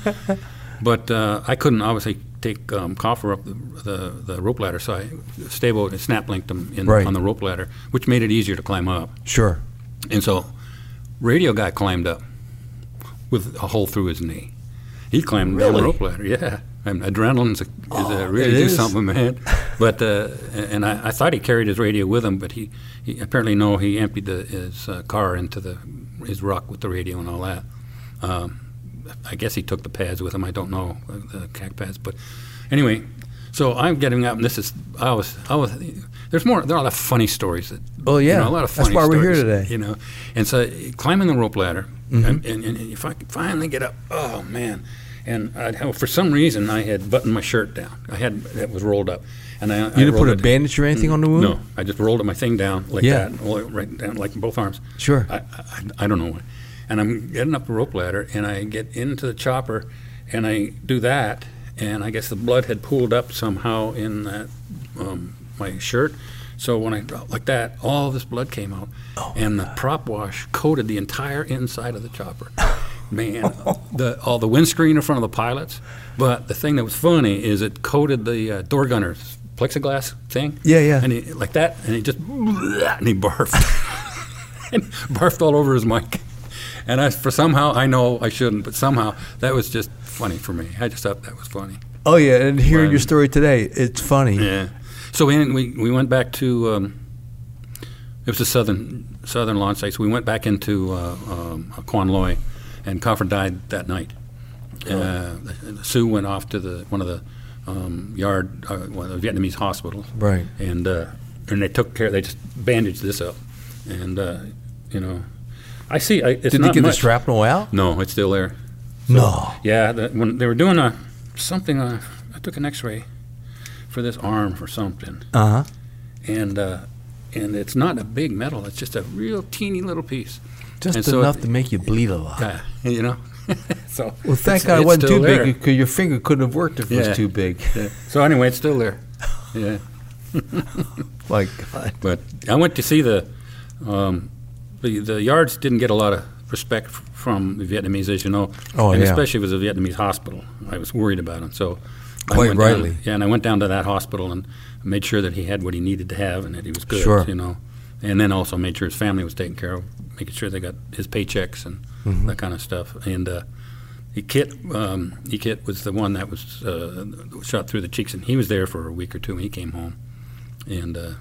S2: but uh, I couldn't obviously take um, Coffer up the, the, the rope ladder, so I stable snap linked him in,
S1: Right.
S2: on the rope ladder, which made it easier to climb up.
S1: sure.
S2: And so, radio guy climbed up with a hole through his knee. He climbed down the
S1: Really?
S2: rope ladder. Yeah, I mean, adrenaline's a, is
S1: Oh,
S2: a really
S1: it
S2: do
S1: is.
S2: something, man. But uh, and I, I thought he carried his radio with him, but he, he apparently no, he emptied the, his uh, car into the his rock with the radio and all that. Um, I guess he took the pads with him. I don't know uh, the cack pads, but anyway. So I'm getting up, and this is I was I was. There's more. There are a lot of funny stories that.
S1: Oh,
S2: you
S1: yeah.
S2: know, a lot of
S1: That's
S2: funny
S1: why we're here
S2: stories,
S1: today.
S2: You know, and so climbing the rope ladder,
S1: Mm-hmm.
S2: and, and, and if I could finally get up, oh man! And I'd have, for some reason I had buttoned my shirt down. I had that was rolled up, and I
S1: You didn't put a bandage or anything on the wound.
S2: No, I just rolled my thing down like
S1: Yeah.
S2: that, all- right down like both arms.
S1: Sure.
S2: I, I, I don't know why. And I'm getting up the rope ladder, and I get into the chopper, and I do that, and I guess the blood had pooled up somehow in that um, my shirt. So when I dropped like that,
S1: Oh, <laughs>
S2: all this blood came out, and the prop wash coated the entire inside of the chopper. man,
S1: Oh.
S2: the, all the windscreen in front of the pilots. But the thing that was funny is it coated the uh, door gunner's plexiglass thing.
S1: Yeah, yeah.
S2: And he, like that, and he just and he barfed <laughs> and barfed all over his mic. And I, for somehow, I know I shouldn't, but somehow that was just funny for me. I just thought that was funny.
S1: Oh yeah, and hearing your
S2: Right.
S1: story today, it's funny.
S2: Yeah. So we we, we went back to um, it was the southern southern launch site. So we went back into uh, um, Quan Loi, and Coffer died that night.
S1: Oh.
S2: Uh, Sue went off to the one of the um, yard, uh, one of the Vietnamese hospitals.
S1: Right.
S2: And uh, and they took care. They just bandaged this up, and uh, you know, I see. I, it's
S1: Did they
S2: not
S1: get the
S2: much.
S1: shrapnel out?
S2: No, it's still there.
S1: No.
S2: Yeah, the, when they were doing a something, uh, I took an X-ray for this arm or something,
S1: Uh huh.
S2: and uh, and it's not a big metal; it's just a real teeny
S1: <laughs>
S2: little piece.
S1: Just
S2: And so
S1: enough
S2: it-
S1: to make you bleed a lot.
S2: Yeah, you know. <laughs> so
S1: Well, thank
S2: it's-
S1: God it
S2: it's
S1: wasn't
S2: still
S1: too
S2: there.
S1: big because your finger couldn't have worked if it
S2: Yeah.
S1: was too <laughs> big.
S2: Yeah. So anyway, it's
S1: <laughs>
S2: still there. Yeah,
S1: My God.
S2: but I went to see the um, the the yards didn't get a lot of respect f- from the Vietnamese, as you know,
S1: Oh,
S2: and
S1: yeah.
S2: especially it was a Vietnamese hospital. I was worried about him, so. I
S1: Quite
S2: went down-
S1: rightly.
S2: yeah, and I went down to that hospital and made sure that he had what he needed to have and that he was good,
S1: Sure.
S2: you know. And then also made sure his family was taken care of, making sure they got his paychecks and
S1: Mm-hmm.
S2: that kind of stuff. And uh, he Kit, um, he Kit was the one that was uh, shot through the cheeks, and he was there for a week or two when he came home. And uh,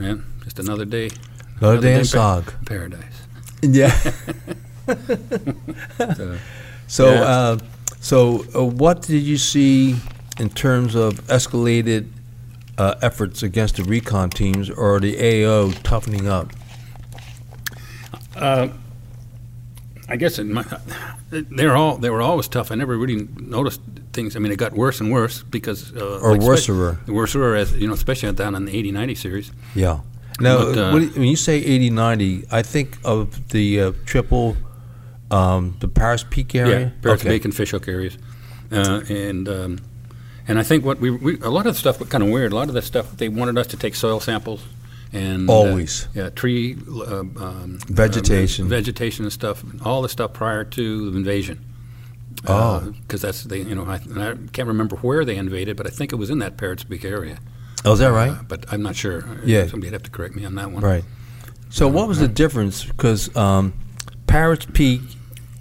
S2: man, just another day,
S1: Another day in
S2: pa-
S1: SOG.
S2: paradise.
S1: <laughs> Yeah.
S2: <laughs> So,
S1: So,
S2: Yeah.
S1: uh, so uh, what did you see in terms of escalated uh, efforts against the recon teams or the AO toughening up?
S2: I guess in my, they're all they were always tough. I never really noticed things. I mean, it got worse and worse because uh,
S1: Or
S2: spec-
S1: worserer.
S2: worserer as you know, especially down in the 80-90 series.
S1: Yeah. Now,
S2: But, uh,
S1: what do you- when you say 80 90, I think of the uh, triple, um, the Paris Peak area.
S2: Yeah, Paris
S1: Okay.
S2: Bacon fishhook areas, uh, and um, and I think what we, we a lot of the stuff was kind of weird. A lot of the stuff they wanted us to take soil samples and uh,
S1: Always.
S2: yeah, tree l- uh, um,
S1: Vegetation.
S2: uh, vegetation and stuff, all the stuff prior to the invasion.
S1: Oh.
S2: because that's they you know I, and I can't remember where they invaded, but I think it was in that Parrots Beak area.
S1: Oh, is that right?
S2: Uh, but I'm not sure.
S1: Yeah.
S2: somebody'd have to correct me on that one.
S1: Right. So, what was the difference? Because um, Paris Peak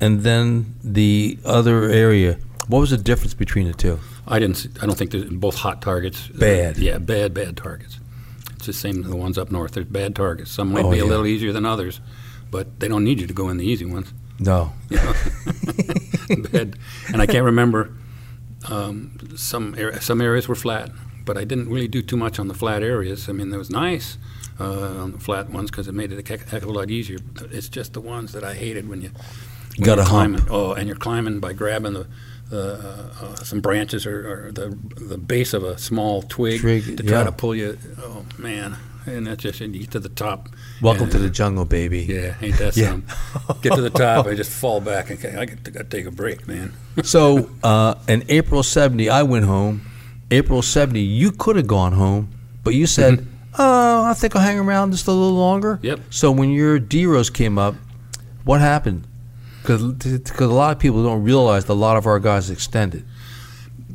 S1: and then the other area, what was the difference between the two?
S2: I didn't. See, I don't think they're both hot targets. Uh,
S1: Bad.
S2: yeah, bad, bad targets. It's the same as the ones up north. There's bad targets. Some might
S1: Oh,
S2: be a
S1: yeah.
S2: little easier than others, but they don't need you to go in the easy ones.
S1: No.
S2: You know? bad. And I can't remember. Um, some ar- some areas were flat, but I didn't really do too much on the flat areas. I mean, there was nice uh, on the flat ones because it made it a heck, heck of a lot easier. But it's just the ones that I hated when you when
S1: Got
S2: you're
S1: a hump.
S2: climbing. Oh, and you're climbing by grabbing the. the, Uh, uh, some branches or, or the the base of a small twig,
S1: Twig,
S2: to try
S1: yeah.
S2: to pull you. Oh man, and that's just you get to the top.
S1: Welcome
S2: and-
S1: to the jungle, baby.
S2: yeah, ain't that
S1: Yeah.
S2: some? Get to the top, I just fall back. Okay, I got to take a break, man.
S1: <laughs> So uh, in April 70, I went home. April 70, you could have gone home, but you said, oh, I think I'll hang around just a little longer.
S2: Yep.
S1: So when your D-Rose came up, what happened? Because a lot of people don't realize that a lot of our guys extended.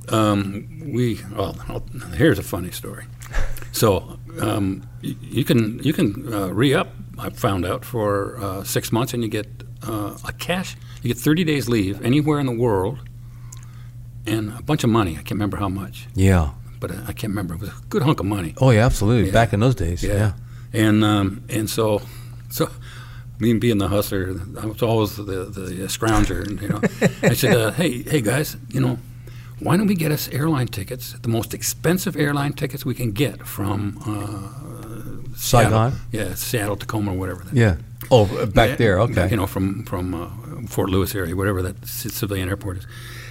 S2: um, we well, I'll- here's a funny story. So um, you, you can you can uh, re up. I found out for uh, six months, and you get uh, a cash. You get 30 days leave anywhere in the world, and a bunch of money. I can't remember how much,
S1: Yeah.
S2: but I, I can't remember. It was a good hunk of money.
S1: Oh, yeah, absolutely.
S2: Yeah.
S1: Back in those days. Yeah.
S2: And um, and so so me being the hustler, I was always the the scrounger. And, you know, I said, uh, hey hey guys, you know, why don't we get us airline tickets, the most expensive airline tickets we can get from uh, Seattle.
S1: Saigon?
S2: yeah, Seattle, Tacoma, or whatever. that-
S1: Yeah. Oh, uh, back
S2: yeah,
S1: there. Okay.
S2: You know, from from uh, Fort Lewis area, whatever that c- civilian airport is.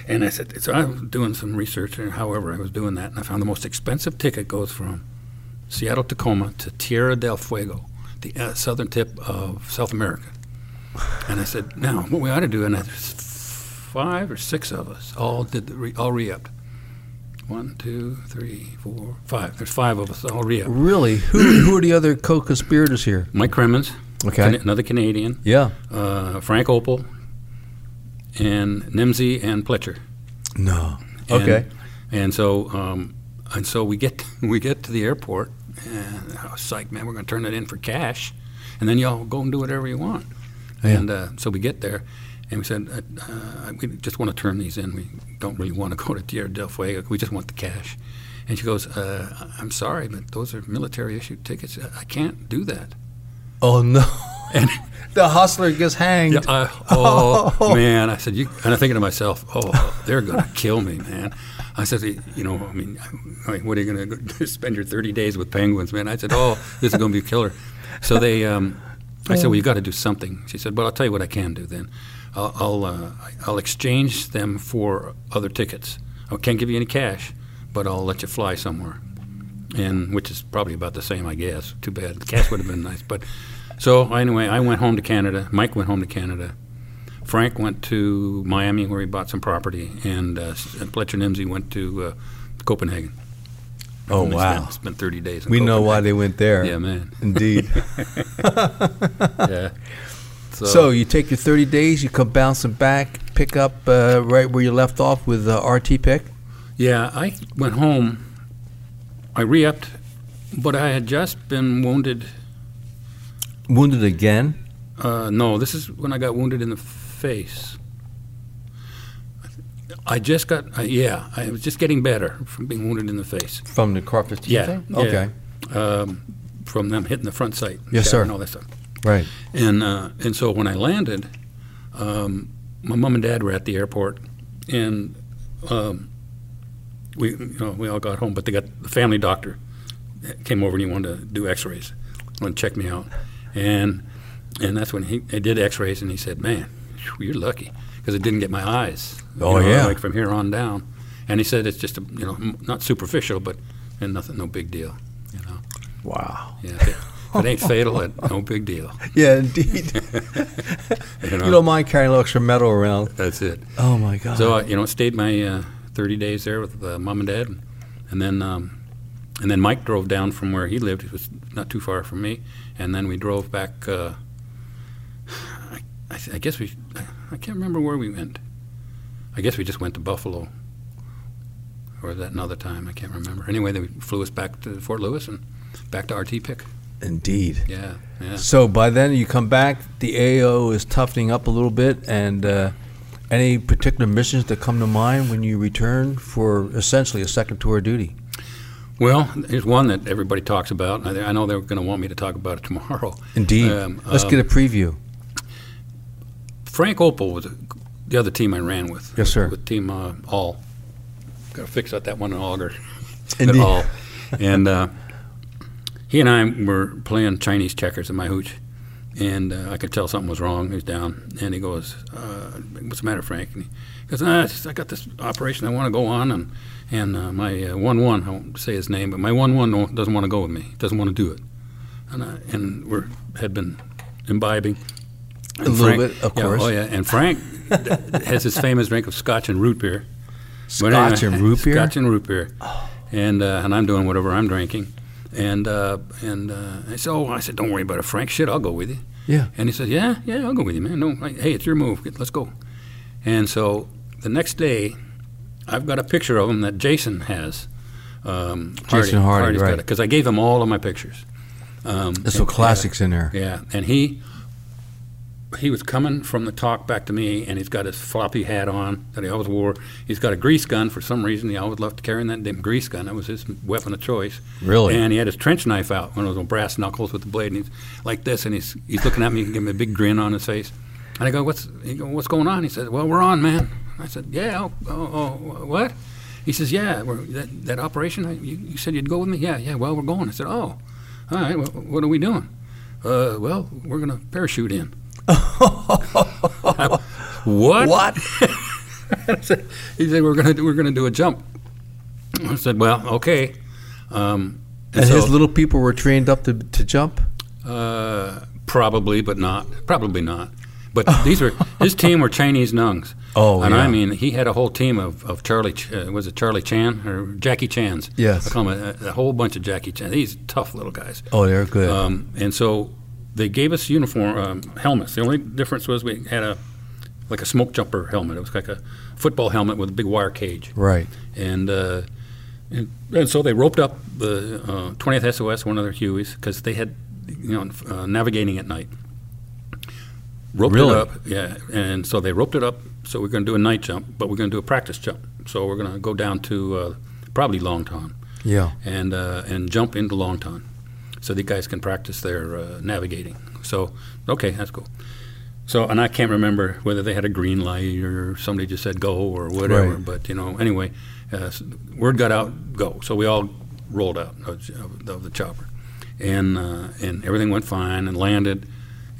S2: And I said, so I was doing some research, or however I was doing that, and I found the most expensive ticket goes from Seattle, Tacoma to Tierra del Fuego, the uh, southern tip of South America. And I said, now what we ought to do, and there's five or six of us all did the re, all re-upped. One, two, three, four, five. There's five of us all re-upped.
S1: Really? <clears throat> Who, who are the other co-conspirators here?
S2: Mike Cremmins,
S1: Okay.
S2: Cana- another Canadian.
S1: Yeah.
S2: uh, Frank Opel, and Nimsey and Pletcher.
S1: No.
S2: And-
S1: Okay.
S2: And so, um, and so we get <laughs> we get to the airport, and I was like, man, we're going to turn it in for cash, and then y'all go and do whatever you want. And uh, so we get there, and we said, uh, uh, we just want to turn these in. We don't really want to <laughs> go to Tierra del Fuego. We just want the cash. And she goes, uh, I'm sorry, but those are military issued tickets. I- I can't do that. <laughs>
S1: Oh no. <laughs>
S2: And
S1: the hustler gets hanged.
S2: yeah, I, oh, man, I said, you, and I'm thinking to myself, oh, they're gonna kill me, man. I said, you know, I mean, I mean, what are you gonna go, <laughs> do, spend your 30 days with penguins, man? I said, oh, this is gonna be a killer. So they, um, I said, well, you got to do something. She said, well, I'll tell you what I can do then. I'll, I'll, uh, I'll exchange them for other tickets. I can't give you any cash, but I'll let you fly somewhere and which is probably about the same, I guess. Too bad. The cash would have been <laughs> nice, but so anyway, I went home to Canada. Mike went home to Canada. Frank went to Miami where he bought some property, and, uh, s- and Pletcher Nimsey went to uh, Copenhagen.
S1: oh
S2: And they
S1: wow.
S2: Spent, spent 30 days. In
S1: We know why they went there.
S2: Yeah, man.
S1: <laughs> Indeed.
S2: Yeah.
S1: so, you take your 30 days, you come bouncing back, pick up uh, right where you left off with uh, RT pick.
S2: Yeah, I went home. I re-upped, but I had just been wounded.
S1: Wounded again.
S2: Uh, no, this is when I got wounded in the face. I just got, I yeah, I was just getting better from being wounded in the face.
S1: From the carpet
S2: Yeah. yeah.
S1: Okay.
S2: Um, from them hitting the front sight. and
S1: Yes,
S2: shatter
S1: sir.
S2: And all that stuff.
S1: Right.
S2: And uh, and so when I landed, um, my mom and dad were at the airport, and um, we you know we all got home, but they got the family doctor came over and he wanted to do X-rays, wanted to check me out, and and that's when he they did X-rays and he said, "Man, you're lucky because it didn't get my eyes." you
S1: Oh,
S2: know,
S1: yeah.
S2: like from here on down, and he said it's just a, you know m- not superficial, but and nothing, no big deal, you know.
S1: Wow.
S2: Yeah, if it,
S1: <laughs>
S2: if it ain't fatal, it no big deal.
S1: Yeah, indeed.
S2: <laughs> You know?
S1: you don't mind carrying a little extra metal around.
S2: That's it.
S1: Oh my God.
S2: So I, you know, stayed my uh, 30 days there with uh, mom and dad, and then um, and then Mike drove down from where he lived. It was not too far from me, and then we drove back. Uh, I, I, I guess we, I can't remember where we went. I guess we just went to Buffalo, or was that another time. I can't remember. Anyway, they flew us back to Fort Lewis and back to RT Pick.
S1: Indeed.
S2: Yeah, yeah.
S1: So by then you come back, the AO is toughening up a little bit, and uh, any particular missions that come to mind when you return for essentially a second tour of duty?
S2: Well, there's one that everybody talks about. and I I know they're going to want me to talk about it <laughs> tomorrow.
S1: Indeed.
S2: Um,
S1: Let's
S2: um,
S1: get a preview.
S2: Frank Opel was the other team I ran with.
S1: Yes, sir.
S2: With Team uh, All. Got to fix out that one in Auger. <laughs>
S1: Indeed.
S2: At All. And uh, he and I were playing Chinese checkers in my hooch. And uh, I could tell something was wrong. He was down. And he goes, uh, What's the matter, Frank? And he goes, ah, it's just- I got this operation I want to go on. And, and uh, my uh, 1 1, I won't say his name, but my 1 1 doesn't want to go with me, doesn't want to do it. And, I, and we had been imbibing.
S1: A little bit, of
S2: yeah,
S1: course.
S2: Oh yeah, and Frank <laughs> has his famous drink of Scotch and root beer. But
S1: Scotch
S2: anyway,
S1: and root beer. Oh.
S2: Scotch and root beer. And uh, and I'm doing whatever I'm drinking. And uh, and uh, I said, oh, I said, don't worry about it, Frank. Shit, I'll go with you.
S1: Yeah.
S2: And he said, yeah, yeah, I'll go with you, man. No, like, hey, it's your move. Get- Let's go. And so the next day, I've got a picture of him that Jason has. Um,
S1: Jason Hardy, right.
S2: Because I gave him all of my pictures. Um,
S1: There's some
S2: and-
S1: classics in there.
S2: yeah, and he he was coming from the talk back to me, and he's got his floppy hat on that he always wore. He's got a grease gun for some reason. He always loved carrying that damn grease gun. That was his weapon of choice.
S1: Really?
S2: And he had his trench knife out, one of those brass knuckles with the blade, and he's like this, and he's he's looking at me, and giving me a big grin on his face. And I go, "What's he go, what's going on?" He said, "Well, we're on, man." I said, "Yeah, oh, oh, oh what?" He says, "Yeah, we're, that, that operation. I, you, you said you'd go with me. Yeah, yeah. Well, we're going." I said, "Oh, all right. Well, what are we doing?" Uh, well, we're gonna parachute in. what?
S1: What?
S2: He said we're gonna do, we're gonna do a jump. I said, well, okay. Um,
S1: And
S2: so-
S1: his little people were trained up to, to jump?
S2: Uh, probably, but not. Probably not.
S1: <laughs>
S2: But these were his team were Chinese nungs.
S1: Oh,
S2: and
S1: yeah.
S2: I mean, he had a whole team of, of Charlie. Ch- Uh, was it Charlie Chan or Jackie Chans?
S1: Yes.
S2: I call him a, a whole bunch of Jackie Chan. These tough little guys.
S1: Oh, they're good.
S2: Uh, Um, and so they gave us uniform um, helmets. The only difference was we had a like a smoke jumper helmet. It was like a football helmet with a big wire cage.
S1: Right.
S2: And, uh, and, and so they roped up the uh, 20th SOS, one of their Hueys, because they had, you know, uh, navigating at night. Roped
S1: Really?
S2: it up, yeah. And so they roped it up. So we're going to do a night jump, but we're going to do a practice jump. So we're going to go down to uh, probably Longton
S1: Yeah.
S2: and uh, and jump into Longton, so the guys can practice their uh, navigating. So okay, that's cool. So and I can't remember whether they had a green light or somebody just said go or whatever.
S1: Right.
S2: But you know, anyway, uh, s- word got out, go. So we all rolled out of, of- of the chopper, and uh, and everything went fine and landed,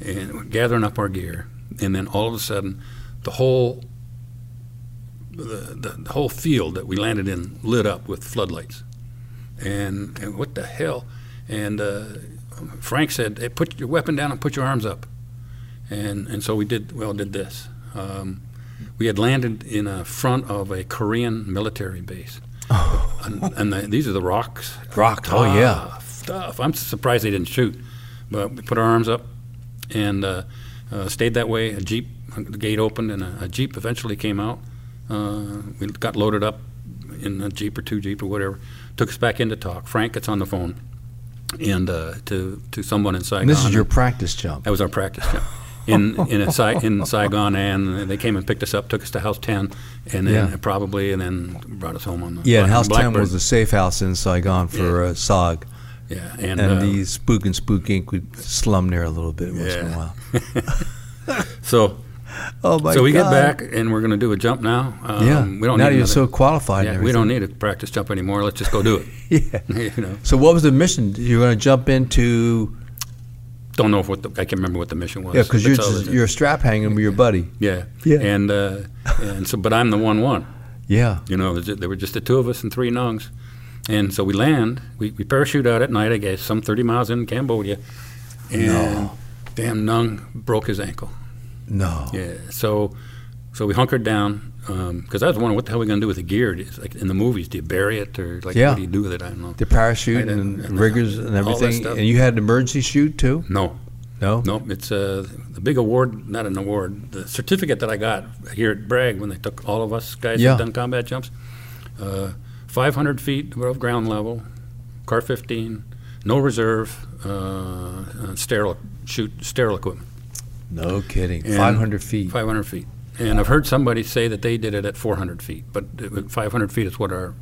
S2: and we're gathering up our gear, and then all of a sudden, the whole. The, the, the whole field that we landed in lit up with floodlights and, and what the hell? And uh, Frank said, hey, put your weapon down and put your arms up. And, and so we did, well, did this. Um, we had landed in uh, front of a Korean military base. and and the, these are the rocks.
S1: Rock. Oh, yeah.
S2: Tough Stuff. I'm surprised they didn't shoot. But we put our arms up and uh, uh, stayed that way. A Jeep, the gate opened, and a, a Jeep eventually came out. Uh, we got loaded up in a Jeep or two Jeep or whatever. Took us back in to talk. Frank gets on the phone and uh, to, to someone in Saigon.
S1: And this is your practice jump.
S2: That was our practice. Yeah. In in a, Sai- in Saigon, and they came and picked us up, took us to House Ten, and then
S1: Yeah.
S2: probably, and then brought us home on the
S1: Yeah,
S2: Black-
S1: and House Ten
S2: Blackbird.
S1: was the safe house in Saigon for uh, SOG,
S2: yeah, and,
S1: and,
S2: uh,
S1: the Spook and Spook Inc. would slum there a little bit once in a
S2: Yeah.
S1: while.
S2: so
S1: Oh my
S2: so we
S1: God.
S2: get <laughs> back and we're going to do a jump now. Um,
S1: Yeah,
S2: we don't
S1: now
S2: need
S1: you're
S2: another-
S1: so qualified.
S2: Yeah,
S1: and
S2: we don't
S1: everything.
S2: need a practice jump anymore. Let's just go do it.
S1: <laughs> Yeah.
S2: <laughs> you know,
S1: So what was the mission? You're going to jump into
S2: don't know if what the, I can't remember what the mission was.
S1: yeah, because you're
S2: That's all
S1: just,
S2: it is.
S1: you're strap hanging with your buddy.
S2: yeah
S1: Yeah.
S2: and uh, and so but I'm the one one.
S1: Yeah,
S2: You know, there's ju- there were just the two of us and three nongs. And so we land, we, we parachute out at night, I guess, some 30 miles in Cambodia. And damn nung broke his ankle.
S1: no,
S2: Yeah. So so we hunkered down because I was wondering what the hell we going to do with the gear. It's like in the movies, do you bury it or like
S1: Yeah.
S2: what do you do with it? I don't know.
S1: the parachute
S2: I
S1: and,
S2: didn't-
S1: riggers and
S2: all that
S1: everything,
S2: stuff.
S1: and you had an emergency chute too.
S2: No,
S1: No,
S2: no. It's uh, the big award, not an award, the certificate that I got here at Bragg when they took all of us guys
S1: Yeah.
S2: who've done combat jumps. Uh, 500 feet above ground level, car 15, no reserve, uh, uh, sterile shoot sterile equipment.
S1: no kidding.
S2: And-
S1: Five hundred feet.
S2: 500 feet. And I've heard somebody say that they did it at 400 feet, but it was- 500 feet is what our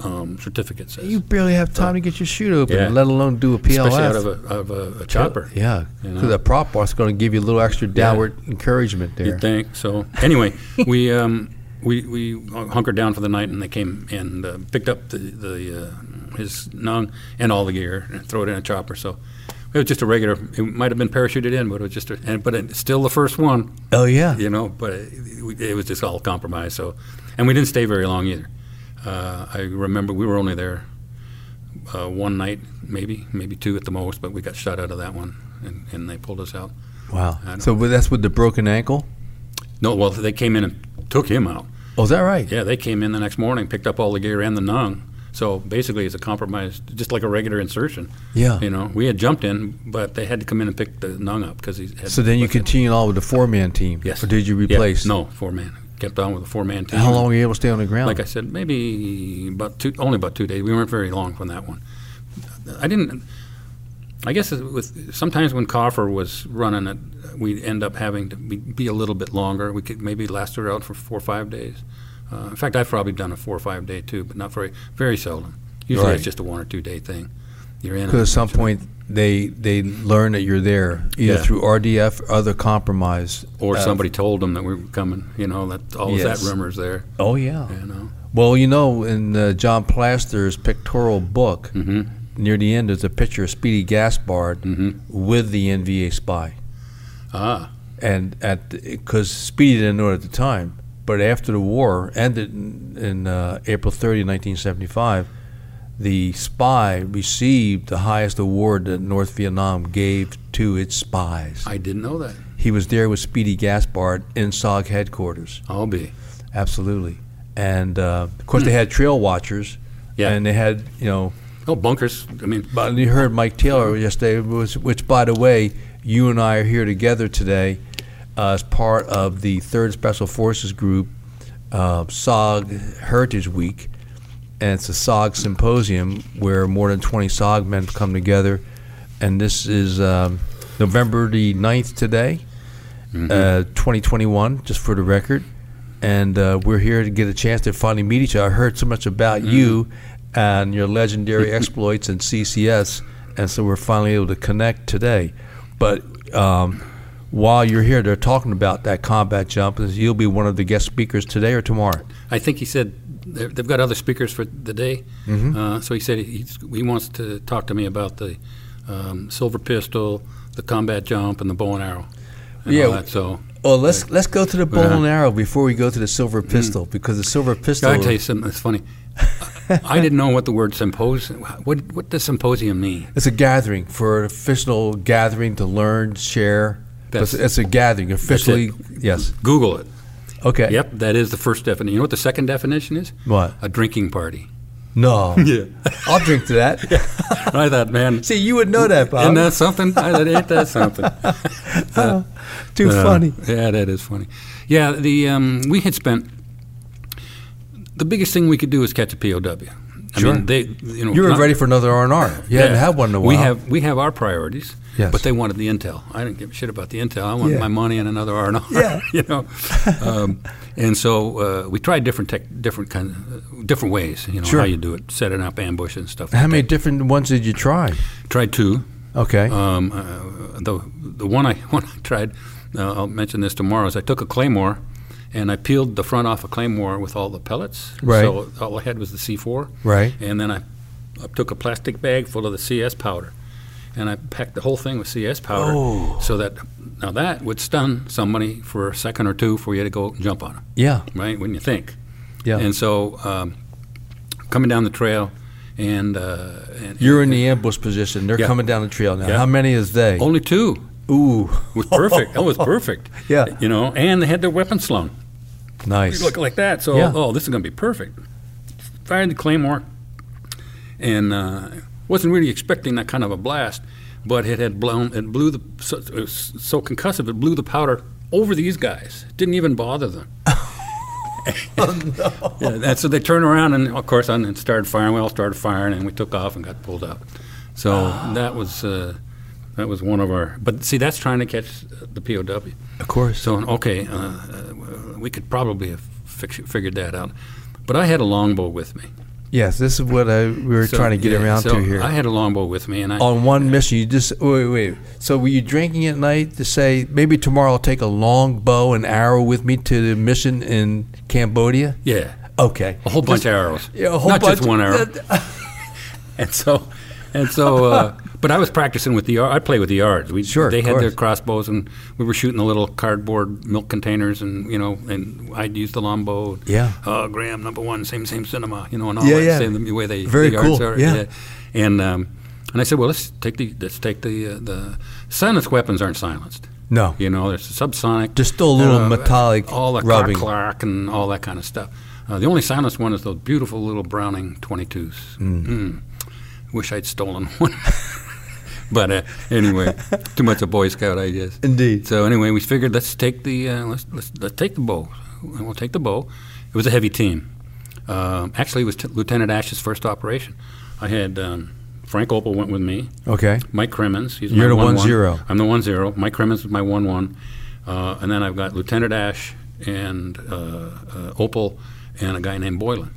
S2: um, certificate says.
S1: You barely have time to get your chute open,
S2: Oh. Yeah.
S1: let alone do a PLS.
S2: Especially out of a, out of a, a chopper.
S1: Yeah,
S2: You
S1: because
S2: know?
S1: the prop bar's going to give you a little extra downward encouragement there.
S2: You'd think. So anyway,
S1: <laughs>
S2: we um, we we hunkered down for the night, and they came and uh, picked up the the uh, his nung and all the gear and threw it in a chopper. So it was just a regular. It might have been parachuted in, but it was just a, and, but it's still the first one,
S1: oh yeah,
S2: you know. But it, it was just all compromised. So and we didn't stay very long either. Uh, I remember we were only there uh, one night, maybe maybe two at the most, but we got shot out of that one, and, and they pulled us out.
S1: wow.
S2: I don't-
S1: So but that's with the broken ankle.
S2: No, well they came in and took him out.
S1: Oh, is that right?
S2: Yeah, they came in the next morning, picked up all the gear and the nung. So basically, it's a compromise, just like a regular insertion.
S1: Yeah.
S2: You know, we had jumped in, but they had to come in and pick the nung up because he had.
S1: So then you continued on with the four man team.
S2: Yes.
S1: Or did you
S2: Yeah,
S1: replace?
S2: no, four man. Kept on with a four man team.
S1: How long were you able to stay on the ground?
S2: Like I said, maybe about two, only about two days. We weren't very long from that one. I didn't. I guess it with sometimes when Coffer was running it, we'd end up having to be, be a little bit longer. We could maybe last her out for four or five days. Uh, in fact, I've probably done a four or five day too, but not very very seldom. Usually,
S1: Right.
S2: it's just a one or two day thing. You're in.
S1: Because at some point they they learn that you're there either
S2: Yeah.
S1: through RDF or other compromise.
S2: or
S1: Uh,
S2: somebody told them that we were coming. You know that all of
S1: Yes.
S2: that rumors there.
S1: Oh yeah.
S2: You know.
S1: Well, you know, in uh, John Plaster's pictorial book,
S2: Mm-hmm.
S1: near the end, there's a picture of Speedy Gaspard with the NVA spy,
S2: Ah.
S1: and at because Speedy didn't know it at the time, but after the war ended in, in uh, April 30, 1975, the spy received the highest award that North Vietnam gave to its spies.
S2: I didn't know that.
S1: He was there with Speedy Gaspard in SOG headquarters.
S2: I'll be.
S1: Absolutely. And uh, of course, they had trail watchers.
S2: Hmm. Yeah.
S1: And they had, you know,
S2: Oh, bunkers. I mean,
S1: but you heard Mike Taylor yesterday, was, which, by the way, you and I are here together today. uh, as part of the Third Special Forces Group uh, SOG Heritage Week, and it's a SOG symposium where more than 20 SOG men come together. And this is um, November the 9th today, uh, 2021, just for the record. And uh, we're here to get a chance to finally meet each other. I heard so much about you and your <laughs> legendary exploits in CCS, and so we're finally able to connect today. But um, while you're here, they're talking about that combat jump, and you'll be one of the guest speakers today or tomorrow.
S2: I think he said they're- they've got other speakers for the day. Uh, so he said he's, he wants to talk to me about the um, silver pistol, the combat jump, and the bow and arrow. And
S1: Yeah.
S2: all that. So
S1: Well, Oh, let's let's go to the bow
S2: Uh-huh.
S1: and arrow before we go to the silver pistol because the silver pistol.
S2: I tell you something that's funny. I didn't know what the word symposium. What what does symposium mean?
S1: It's a gathering for an official gathering to learn, share.
S2: That's-
S1: it's, it's a gathering officially. Yes.
S2: Google it.
S1: Okay.
S2: Yep, that is the first definition. You know what the second definition is?
S1: What?
S2: A drinking party. <laughs>
S1: No. I'll drink to that.
S2: And I thought, man,
S1: See, you would know that, <laughs> Bob.
S2: isn't that something? I thought, ain't that something?
S1: Too
S2: Uh,
S1: funny.
S2: Yeah, that is funny. Yeah, the um, we had spent the biggest thing we could do is catch a POW. I
S1: Sure.
S2: mean, they you know
S1: You were
S2: not-
S1: ready for another R and R. You hadn't had one in a while.
S2: We have we have our priorities.
S1: Yes.
S2: But they wanted the intel. I didn't give a shit about the intel. I wanted
S1: Yeah.
S2: my money and another R and R.
S1: Yeah.
S2: <laughs> You know, um, and so uh, we tried different tech, different kind, of, different ways. You know
S1: Sure.
S2: how you do it, setting up ambush and stuff.
S1: How
S2: like
S1: many
S2: that.
S1: different ones did you try?
S2: Tried two.
S1: Okay.
S2: Um, uh, the the one I <laughs> one I tried, uh, I'll mention this tomorrow. Is I took a claymore, and I peeled the front off a claymore with all the pellets.
S1: Right.
S2: So uh, all I had was the C4.
S1: Right.
S2: And then I, I took a plastic bag full of the CS powder, and I packed the whole thing with CS powder.
S1: Oh.
S2: So that now that would stun somebody for a second or two for you to go jump on them,
S1: yeah.
S2: right? Wouldn't you think?
S1: Yeah.
S2: And so, um, coming down the trail, and, uh, and
S1: You're in the ambush position. They're
S2: Yeah.
S1: coming down the trail now.
S2: Yeah. Oh,
S1: How many is they?
S2: only two.
S1: Ooh,
S2: It was perfect. That <laughs> was perfect.
S1: Yeah.
S2: You know, and they had their weapons slung.
S1: nice.
S2: Look like that. So,
S1: Yeah.
S2: oh, this is going to be perfect. Fired the claymore, and uh, wasn't really expecting that kind of a blast, but it had blown. It blew the so, it was so concussive. It blew the powder over these guys. Didn't even bother
S1: <laughs>
S2: them. <laughs>
S1: Oh,
S2: Yeah, and so they turned around and, of course, and started firing. We all started firing, and we took off and got pulled up. So that was uh, that was one of our. But see, that's trying to catch uh, the POW.
S1: Of course.
S2: So okay, uh, uh, we could probably have fix, figured that out. But I had a longbow with me.
S1: yes, this is what I, we were
S2: So,
S1: trying to get
S2: yeah,
S1: around
S2: so
S1: to here.
S2: I had a longbow with me, and I
S1: on one mission, you just wait, wait. So were you drinking at night to say maybe tomorrow I'll take a long bow and arrow with me to the mission in Cambodia?
S2: yeah,
S1: Okay,
S2: a whole bunch of arrows.
S1: Yeah, a whole
S2: not
S1: bunch.
S2: just one arrow.
S1: uh,
S2: <laughs> and so and so uh, but I was practicing with the yard. I play with the yards. We
S1: Sure,
S2: they
S1: of
S2: had their
S1: course.
S2: crossbows and we were shooting the little cardboard milk containers and you know and I'd use the longbow.
S1: Yeah.
S2: Uh, Graham number one, same same cinema, you know, and all
S1: Yeah,
S2: that
S1: yeah.
S2: same the way they
S1: Very
S2: the yards
S1: cool,
S2: are.
S1: yeah.
S2: And um, and I said, well, let's take the let's take the uh, the silenced weapons aren't silenced.
S1: No.
S2: you know, there's subsonic.
S1: Just still a little metallic
S2: Uh, all the
S1: rubbing.
S2: clock Clark and all that kind of stuff. Uh, the only silenced one is those beautiful little Browning 22s. Mm. Wish I'd stolen <laughs> one. but uh, anyway, too much a Boy Scout, I guess.
S1: Indeed.
S2: So anyway, we figured let's take the uh, let's, let's let's take the bow. And we'll take the bow. It was a heavy team. Um, actually, it was t- Lieutenant Ash's first operation. I had um, Frank Opel went with me.
S1: Okay.
S2: Mike Crimmins. He's
S1: You're
S2: my
S1: the
S2: one,
S1: 1-0.
S2: I'm the one zero. Mike Crimmins is my one one, uh, and then I've got Lieutenant Ash and uh, uh, Opal and a guy named Boylan.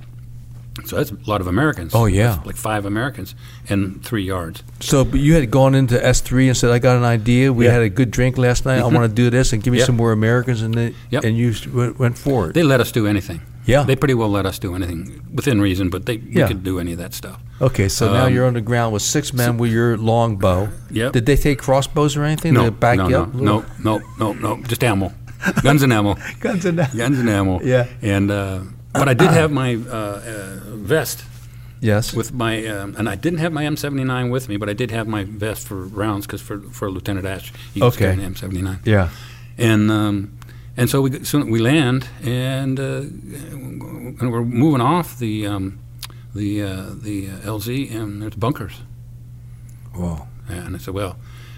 S2: So that's a lot of Americans.
S1: Oh, yeah.
S2: That's like five Americans and three yards.
S1: So but you had gone into S three and said, "I got an idea. We
S2: Yeah.
S1: had a good drink last night. I want to do this and give me
S2: Yep.
S1: some more Americans." And they,
S2: Yep.
S1: and you went, went forward.
S2: They let us do anything.
S1: Yeah.
S2: They pretty well let us do anything within reason, but they we
S1: Yeah.
S2: could do any of that stuff.
S1: okay, so now
S2: Um,
S1: you're on the ground with six men with your long bow.
S2: Yep.
S1: Did they take crossbows or anything?
S2: No,
S1: Did it back
S2: no,
S1: you
S2: no,
S1: up? a little?
S2: no, no, no, no, just ammo, guns and
S1: <laughs>
S2: ammo.
S1: Guns and that.
S2: Guns and ammo.
S1: Yeah.
S2: And uh, but I did have my uh, uh, vest
S1: Yes.
S2: with my um, and I didn't have my M79 with me, but I did have my vest for rounds because for for Lieutenant Ash, he was
S1: Okay.
S2: carrying an M79.
S1: yeah.
S2: And um, and so we soon we land and uh, and we're moving off the um, the uh, the uh, LZ and there's bunkers.
S1: Whoa.
S2: And I said, well,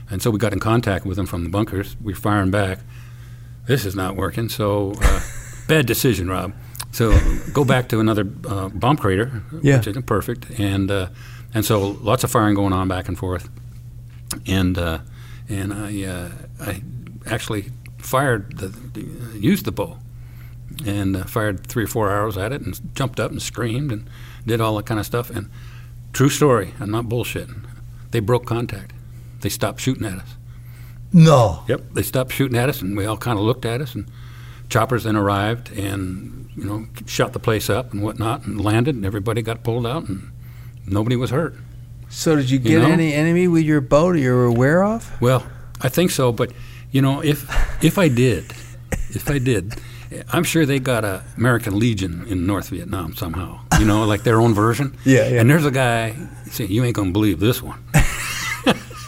S2: and so we got in contact with them from the bunkers. We were firing back. this is not working. So, uh, bad decision, Rob. So, go back to another uh, bomb crater,
S1: Yeah.
S2: which isn't perfect. And, uh, and so, lots of firing going on back and forth. And, uh, and I, uh, I actually fired, the, the, used the bow and uh, fired three or four arrows at it and jumped up and screamed and did all that kind of stuff. And true story, I'm not bullshitting. They broke contact. They stopped shooting at us.
S1: No.
S2: Yep, they stopped shooting at us, and we all kind of looked at us. And choppers then arrived and you know shot the place up and whatnot, and landed, and everybody got pulled out, and nobody was hurt.
S1: So did you get
S2: know?
S1: any enemy with your boat that you were aware of?
S2: Well, I think so, but you know, if if I did, if I did, I'm sure they got a American Legion in North Vietnam somehow. You know, like their own version.
S1: <laughs> Yeah, yeah.
S2: And there's a guy saying, "You ain't gonna believe this one." <laughs>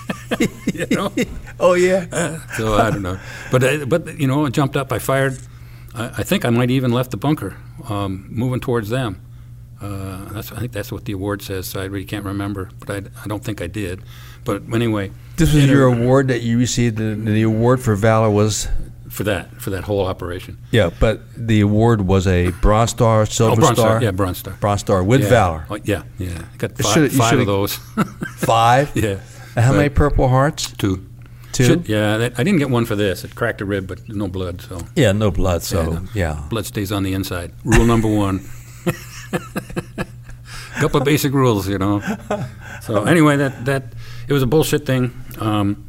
S2: you know,
S1: Oh yeah.
S2: <laughs> so I don't know, but I, but you know, I jumped up, I fired. I, I think I might even left the bunker, um, moving towards them. Uh, that's I think that's what the award says. So I really can't remember, but I, I don't think I did. But anyway,
S1: This was
S2: you know,
S1: your award that you received. and The award for valor was
S2: for that for that whole operation. Oh,
S1: yeah, but the award was a Oh, Bronze Star, Silver
S2: Bronze
S1: Star,
S2: Star, yeah, Bronze Star.
S1: Bronze Star with
S2: yeah.
S1: valor.
S2: Oh, yeah, yeah. I got
S1: You
S2: five,
S1: should've- you
S2: five of
S1: should've- <laughs>
S2: those.
S1: Five.
S2: yeah.
S1: And how
S2: But
S1: many Purple Hearts?
S2: Two.
S1: Two?
S2: Should- yeah, that, I didn't get one for this. It cracked a rib, but no blood, so
S1: Yeah, no blood. So
S2: no.
S1: yeah.
S2: blood stays on the inside. Rule number one. <laughs> Couple of basic rules, you know. So anyway, that that it was a bullshit thing. Um,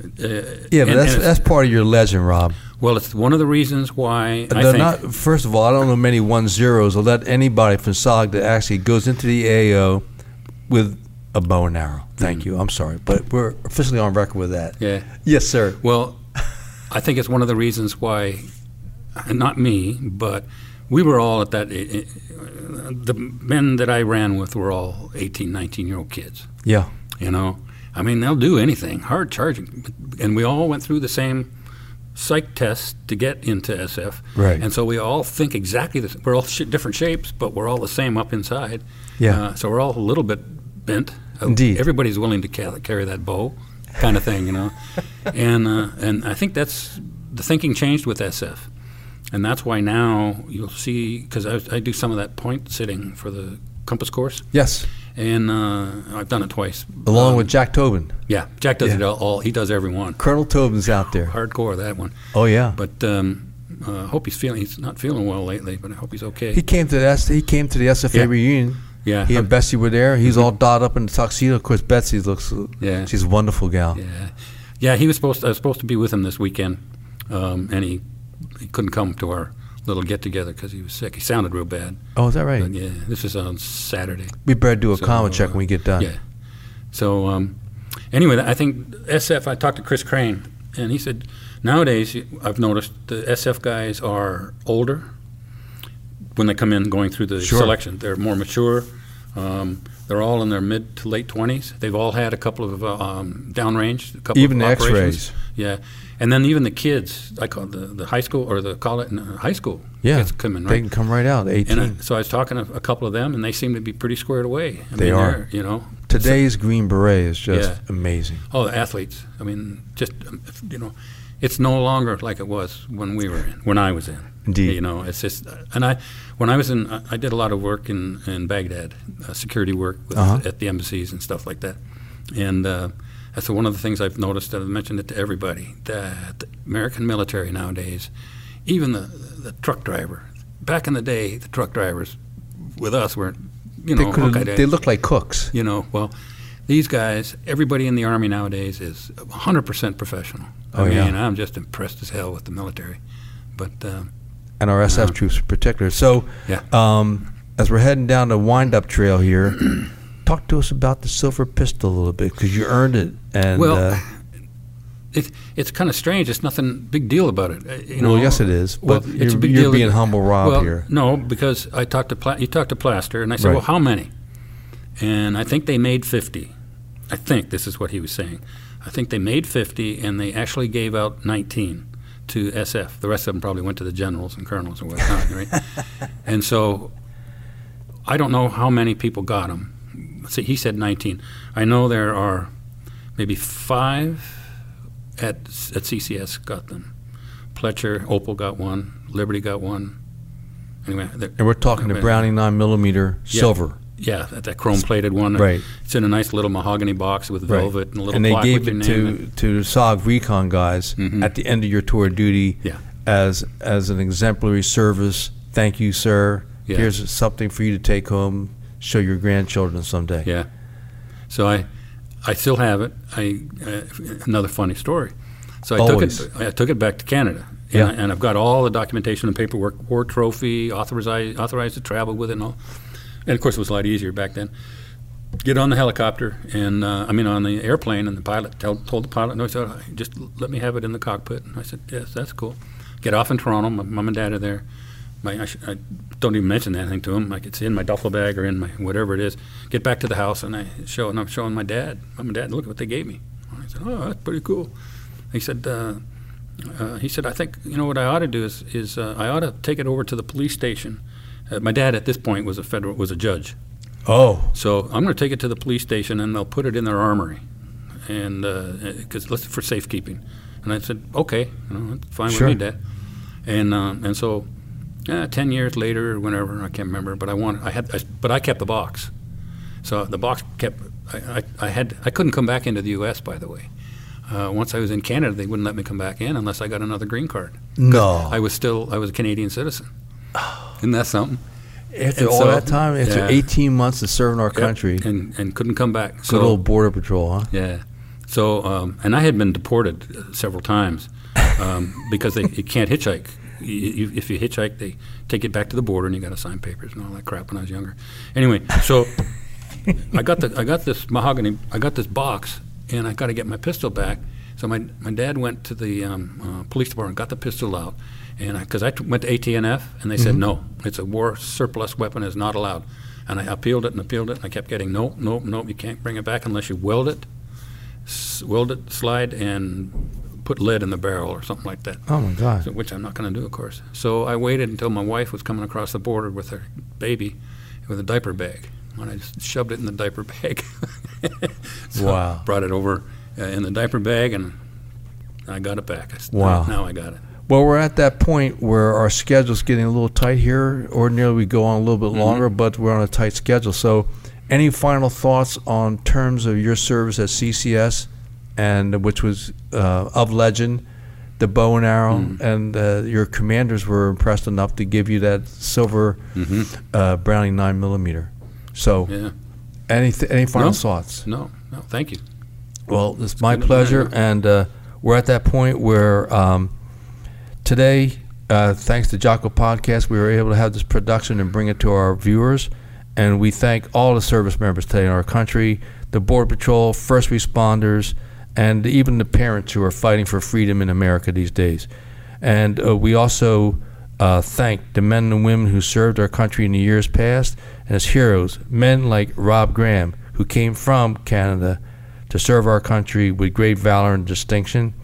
S1: Yeah, but
S2: And-
S1: that's
S2: and
S1: that's part of your legend, Rob.
S2: well, it's one of the reasons why I
S1: They're
S2: think
S1: not. First of all, I don't know many one zeros will let anybody from SOG that actually goes into the AO with a bow and arrow. Thank you. I'm sorry, but we're officially on record with that.
S2: Mm. Yeah.
S1: Yes, sir.
S2: Well, I think it's one of the reasons why, not me, but we were all at that. eh, The men that I ran with were all 18, 19 year old kids.
S1: Yeah.
S2: You know, I mean, they'll do anything, hard charging, and we all went through the same psych test to get into SF.
S1: Right.
S2: And so we all think exactly the s We're all sh- different shapes, but we're all the same up inside.
S1: Yeah.
S2: Uh, so we're all a little bit bent. Uh,
S1: Indeed.
S2: Everybody's willing to ca- carry that bow, kind of thing, you
S1: <laughs>
S2: know. and uh, and I think that's the thinking changed with SF. And that's why now you'll see, because I, I do some of that point sitting for the compass course,
S1: Yes.
S2: and uh, I've done it twice.
S1: Along with Jack Tobin,
S2: Yeah, Jack does
S1: Yeah.
S2: it all- all. He does every one.
S1: Colonel Tobin's out there.
S2: Hardcore that one.
S1: Oh yeah.
S2: But um, uh, I hope he's feeling. He's not feeling well lately, but I hope he's okay.
S1: He came to the S- he came to the SFA
S2: Yeah.
S1: reunion.
S2: Yeah. Mm-hmm.
S1: He and Betsy were there. He's all dolled up in the tuxedo. Of course, Betsy looks.
S2: Yeah.
S1: She's a wonderful gal.
S2: yeah, yeah. He was supposed. To, I was supposed to be with him this weekend, um, and he he couldn't come to our little get together because he was sick. He sounded real bad.
S1: Oh, is that right?
S2: But yeah, this is on Saturday.
S1: We better do a
S2: So,
S1: comment check
S2: uh,
S1: when we get done.
S2: Yeah. So um, anyway, I think SF. I talked to Chris Crane, and he said nowadays I've noticed the SF guys are older when they come in going through the
S1: Sure.
S2: selection. They're more mature. Um, they're all in their mid to late twenties. They've all had a couple of uh, um, downrange, a couple
S1: Even the
S2: of operations.
S1: X-rays.
S2: Yeah, and then even the kids. I call the the high school or the college, no, high school.
S1: Yeah.
S2: kids come in, right?
S1: They can come right out. Eighteen.
S2: And I, so I was talking to a couple of them, and they seem to be pretty squared away. I
S1: They
S2: mean,
S1: are.
S2: they're, You know,
S1: Today's Green Beret is just
S2: Yeah.
S1: amazing.
S2: all Oh, the athletes. I mean, just um, if- you know, it's no longer like it was when we were in, when I was in.
S1: Indeed.
S2: You know, it's just, uh, and I, when I was in, I I did a lot of work in, in Baghdad, uh, security work with,
S1: Uh-huh.
S2: at the embassies and stuff like that. And uh, that's one of the things I've noticed, and I've mentioned it to everybody, that the American military nowadays, even the, the truck driver, back in the day, the truck drivers with us were, you know,
S1: they could.
S2: okay,
S1: They look like cooks.
S2: you know, well, these guys, everybody in the Army nowadays is 100% professional. I
S1: Oh,
S2: mean,
S1: yeah.
S2: I'm just impressed as hell with the military. But um,
S1: and our SF troops in particular. So,
S2: Yeah.
S1: um, as we're heading down the wind-up trail here, <clears throat> talk to us about the silver pistol a little bit because you earned it. And
S2: Well,
S1: uh,
S2: it, it's kind of strange. It's nothing big deal about it. uh, You know,
S1: well, yes, it is.
S2: Well,
S1: But
S2: it's a
S1: you're,
S2: big
S1: you're
S2: deal.
S1: being humble, Rob.
S2: well,
S1: here,
S2: No, because I talked to Pla- you talked to Plaster, and I said,
S1: Right.
S2: "Well, how many?" And I think they made 50. I think this is what he was saying. I think they made 50, and they actually gave out 19 to SF. The rest of them probably went to the generals and colonels and whatnot, <laughs> right? And so I don't know how many people got them. See, he said 19. I know there are maybe five at at CCS got them. Pletcher, Opal got one, Liberty got one. Anyway, they're-
S1: And we're talking the
S2: Yeah.
S1: Browning nine millimeter
S2: Yeah.
S1: silver.
S2: yeah, that, that chrome plated one.
S1: Right.
S2: It's in a nice little mahogany box with
S1: Right.
S2: velvet and a little
S1: and they
S2: plaque
S1: gave
S2: with
S1: it
S2: your name. Mm-hmm.
S1: to to the SOG recon guys at the end of your tour of duty
S2: Yeah.
S1: as as an exemplary service. Thank you, sir.
S2: Yeah.
S1: Here's something for you to take home, show your grandchildren someday.
S2: Yeah. So I, I still have it. I uh, another funny story. So I
S1: Always.
S2: took it. I took it back to Canada. And,
S1: Yeah.
S2: I, and I've got all the documentation and paperwork, war trophy, authorized authorized to travel with it and all. And of course, it was a lot easier back then. Get on the helicopter, and uh, I mean on the airplane, and the pilot tell, told the pilot, "No, he said, just let me have it in the cockpit." And I said, "Yes, that's cool." Get off in Toronto. My mom and dad are there. My, I, sh- I don't even mention that thing to him. Like it's in my duffel bag or in my whatever it is. Get back to the house and I show and I'm showing my dad, mom and dad, look at what they gave me. I said, oh, that's pretty cool. He said, uh, uh, he said, I think you know what I ought to do is is uh, I ought to take it over to the police station. Uh, my dad at this point was a federal was a judge,
S1: Oh,
S2: so I'm going to take it to the police station and they'll put it in their armory, and because let's for safekeeping. And I said, okay, you know, that's fine
S1: Sure.
S2: with me, Dad. And um, and so, uh, ten years later, or whenever I can't remember, but I wanted, I had, I, but I kept the box. So the box kept. I, I, I had I couldn't come back into the U.S. By the way, uh, once I was in Canada, they wouldn't let me come back in unless I got another green card.
S1: no.
S2: I was still I was a Canadian citizen.
S1: Oh.
S2: Isn't that something?
S1: after
S2: and
S1: all
S2: so-
S1: that time, after
S2: yeah.
S1: 18 months of serving our
S2: Yep.
S1: country,
S2: and and couldn't come back. So,
S1: good old Border Patrol, huh?
S2: Yeah. So, um, and I had been deported uh, several times um, because they you can't hitchhike. You, you, if you hitchhike, they take it back to the border, and you got to sign papers and all that crap. When I was younger, anyway. So, I got the I got this mahogany. I got this box, and I got to get my pistol back. So my my dad went to the um, uh, police department, got the pistol out, and because I, t- went to ATNF, and they said no, it's a war surplus weapon, it's not allowed. And I appealed it and appealed it, and I kept getting no, no, no. You can't bring it back unless you weld it s- weld it, slide, and put lead in the barrel or something like that.
S1: Oh my God.
S2: So- which I'm not going to do, of course. So I waited until my wife was coming across the border with her baby with a diaper bag. And I just shoved it in the diaper bag. <laughs> So
S1: Wow.
S2: Brought it over uh, in the diaper bag, and I got it back. I s-
S1: Wow.
S2: Now I got it.
S1: Well, we're at that point where our schedule's getting a little tight here. Ordinarily, we go on a little bit
S2: Mm-hmm.
S1: longer, but we're on a tight schedule. So, any final thoughts on terms of your service at CCS, and which was uh, of legend, the bow and arrow,
S2: Mm-hmm.
S1: and uh, your commanders were impressed enough to give you that silver uh, Browning nine millimeter. So,
S2: Mm-hmm. Yeah.
S1: any th- any final
S2: No.
S1: thoughts?
S2: No, no, thank you.
S1: Well, it's my
S2: good to
S1: pleasure,
S2: learn.
S1: and uh, we're at that point where um, today, uh, thanks to Jocko Podcast, we were able to have this production and bring it to our viewers. And we thank all the service members today in our country, the Border Patrol, first responders, and even the parents who are fighting for freedom in America these days. And uh, we also uh, thank the men and women who served our country in the years past as heroes, men like Rob Graham, who came from Canada to serve our country with great valor and distinction.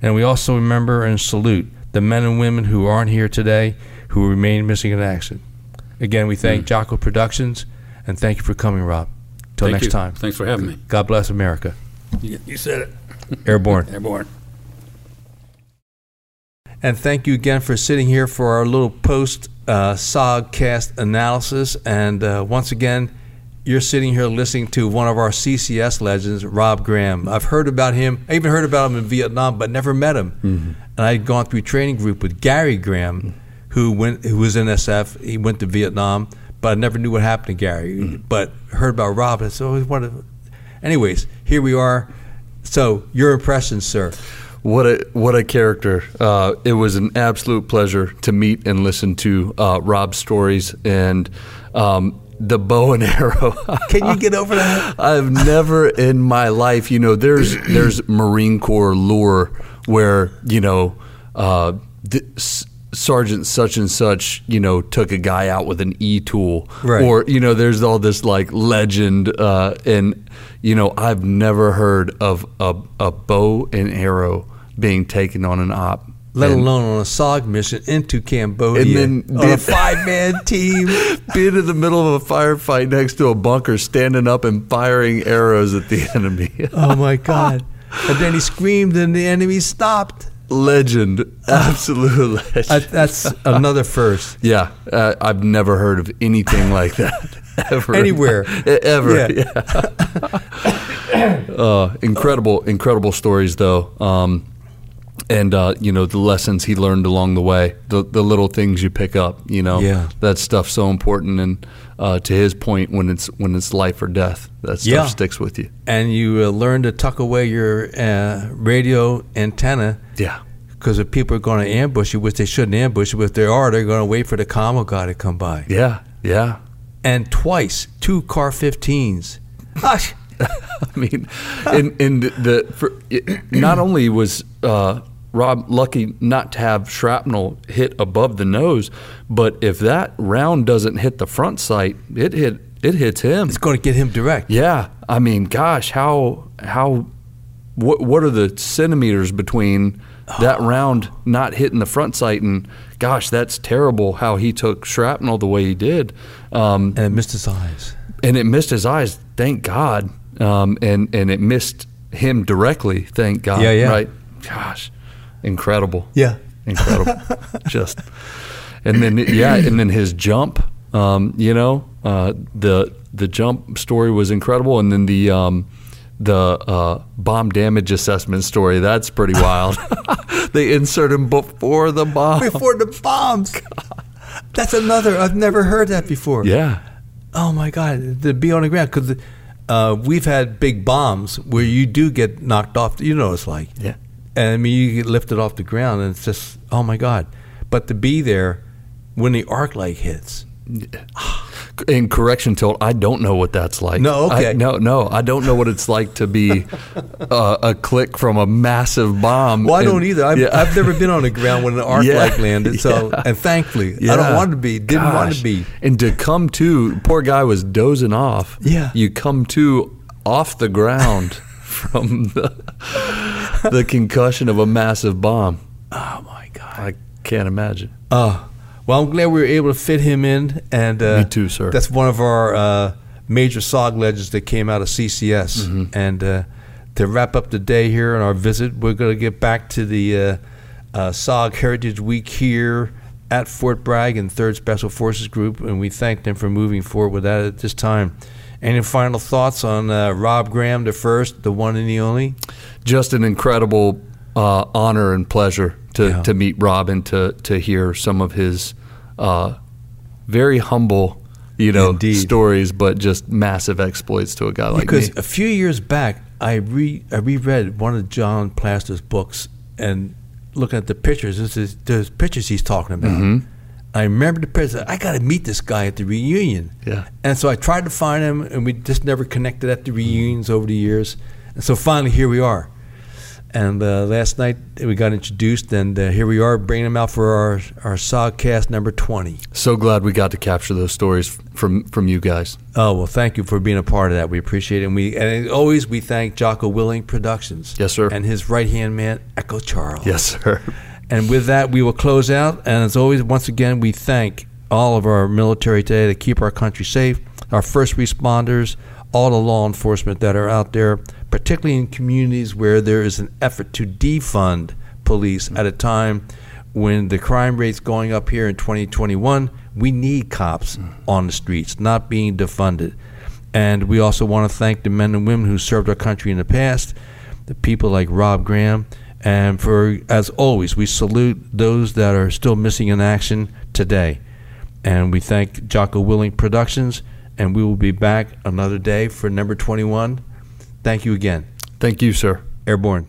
S1: And we also remember and salute the men and women who aren't here today who remain missing in action. Again, we
S2: Mm.
S1: thank Jocko Productions and thank you for coming, Rob. Till
S2: Thank
S1: next
S2: you.
S1: time,
S2: Thanks for having me.
S1: God bless
S2: <laughs>
S1: America.
S2: You, you said it.
S1: Airborne.
S2: Airborne.
S1: And thank you again for sitting here for our little post uh, SOGcast analysis. And uh, once again, you're sitting here listening to one of our CCS legends, Rob Graham. I've heard about him. I even heard about him in Vietnam, but never met him. And I'd gone through training group with Gary Graham, who went, who was in SF. He went to Vietnam, but I never knew what happened to Gary. But heard about Rob. and I always wanted. Anyways, here we are. So your impressions, sir?
S3: What a what a character! Uh, it was an absolute pleasure to meet and listen to uh, Rob's stories and um, the bow and <laughs> arrow.
S1: Can you get over that?
S3: <laughs> I've never in my life, you know, there's there's Marine Corps lore where you know uh, th- s- Sergeant such and such, you know, took a guy out with an E tool,
S1: Right.
S3: or you know, there's all this like legend, uh, and you know, I've never heard of a, a bow and arrow being taken on an op.
S1: let
S3: And-
S1: alone on a SOG mission into Cambodia
S3: And then
S1: on a <laughs>
S3: did-
S1: five man
S3: <laughs>
S1: team.
S3: being in the middle of a firefight next to a bunker, standing up and firing arrows at the <laughs> enemy.
S1: oh my God. And then he screamed and the enemy stopped.
S3: legend, absolute legend.
S1: I, that's another first.
S3: yeah, uh, I've never heard of anything like that <laughs> ever
S1: Anywhere.
S3: E- ever.
S1: Yeah.
S3: Yeah. <laughs> uh, incredible, incredible stories though. Um, and uh, you know the lessons he learned along the way, the the little things you pick up. You know,
S1: Yeah.
S3: that stuff's so important. And uh, to his point, when it's when it's life or death, that stuff
S1: Yeah.
S3: sticks with you.
S1: And you uh, learn to tuck away your uh, radio antenna.
S3: Yeah.
S1: Because if people are going to ambush you, which they shouldn't ambush you, but if they are, they're going to wait for the combo guy to come by.
S3: Yeah, yeah.
S1: And twice, two car 15s. Gosh,
S3: <laughs> I mean, and and the for, it, not only was uh, Rob lucky not to have shrapnel hit above the nose, but if that round doesn't hit the front sight, it hit it hits him.
S1: it's going to get him direct.
S3: Yeah, I mean, gosh, how how what what are the centimeters between that round not hitting the front sight and gosh, that's terrible how he took shrapnel the way he did. Um,
S1: And it missed his eyes.
S3: and it missed his eyes. Thank God. Um, and and it missed him directly. Thank God.
S1: Yeah, yeah.
S3: Right. Gosh, incredible.
S1: Yeah. <laughs>
S3: incredible. Just and then yeah, and then his jump. Um, you know, uh, the the jump story was incredible, and then the. Um, the uh, bomb damage assessment story that's pretty wild <laughs> they insert him before the bomb
S1: Before the bombs. That's another. I've never heard that before.
S3: yeah
S1: Oh my God, to be on the ground because uh, we've had big bombs where you do get knocked off. You know, what it's like
S3: Yeah.
S1: and I mean you get lifted off the ground, and it's just oh my God. But to be there when the arc light hits,
S3: In correction, Tilt, I don't know what that's like.
S1: No, okay.
S3: I, no, no, I don't know what it's like to be uh, a click from a massive bomb.
S1: well, I don't
S3: And-
S1: either. I've,
S3: yeah.
S1: I've never been on the ground when an arc
S3: <laughs> Yeah.
S1: light landed. So,
S3: <laughs> Yeah.
S1: and thankfully, I
S3: Yeah.
S1: don't want to be. Didn't want
S3: Gosh.
S1: to be.
S3: And to come to, poor guy was dozing off.
S1: Yeah.
S3: You come to off the ground <laughs> from the, the concussion of a massive bomb.
S1: Oh my God.
S3: I can't imagine.
S1: Uh, well, I'm glad we were able to fit him in. And uh,
S3: Me too, sir.
S1: That's one of our uh, major SOG legends that came out of CCS.
S3: Mm-hmm.
S1: And uh, to wrap up the day here and our visit, we're going to get back to the uh, uh, SOG Heritage Week here at Fort Bragg and Third Special Forces Group, and we thank them for moving forward with that at this time. Any final thoughts on uh, Rob Graham, the first, the one and the only?
S3: just an incredible uh, honor and pleasure to,
S1: Yeah.
S3: to meet Rob and to, to hear some of his uh, very humble, you know,
S1: Indeed.
S3: stories, but just massive exploits to a guy like
S1: because
S3: me.
S1: a few years back I re I reread one of John Plaster's books and looking at the pictures, this is there's pictures he's talking about. I remember the pictures. I got to meet this guy at the reunion.
S3: Yeah.
S1: And so I tried to find him, and we just never connected at the reunions over the years. And so finally, here we are. And uh, last night we got introduced, and uh, here we are bringing him out for our our Sogcast number twenty.
S3: So glad we got to capture those stories from from you guys.
S1: Oh well, thank you for being a part of that. We appreciate it, and we and as always we thank Jocko Willing Productions,
S3: Yes, sir.
S1: and his right hand man Echo Charles.
S3: Yes, sir.
S1: And with that, we will close out. And as always, once again, we thank all of our military today that keep our country safe, our first responders, all the law enforcement that are out there, particularly in communities where there is an effort to defund police at a time when the crime rate's going up here in 2021. We need cops on the streets, not being defunded. And we also want to thank the men and women who served our country in the past, the people like Rob Graham. And for, as always, we salute those that are still missing in action today. And we thank Jocko Willing Productions. And we will be back another day for number 21. Thank you again.
S3: Thank you, sir.
S1: Airborne.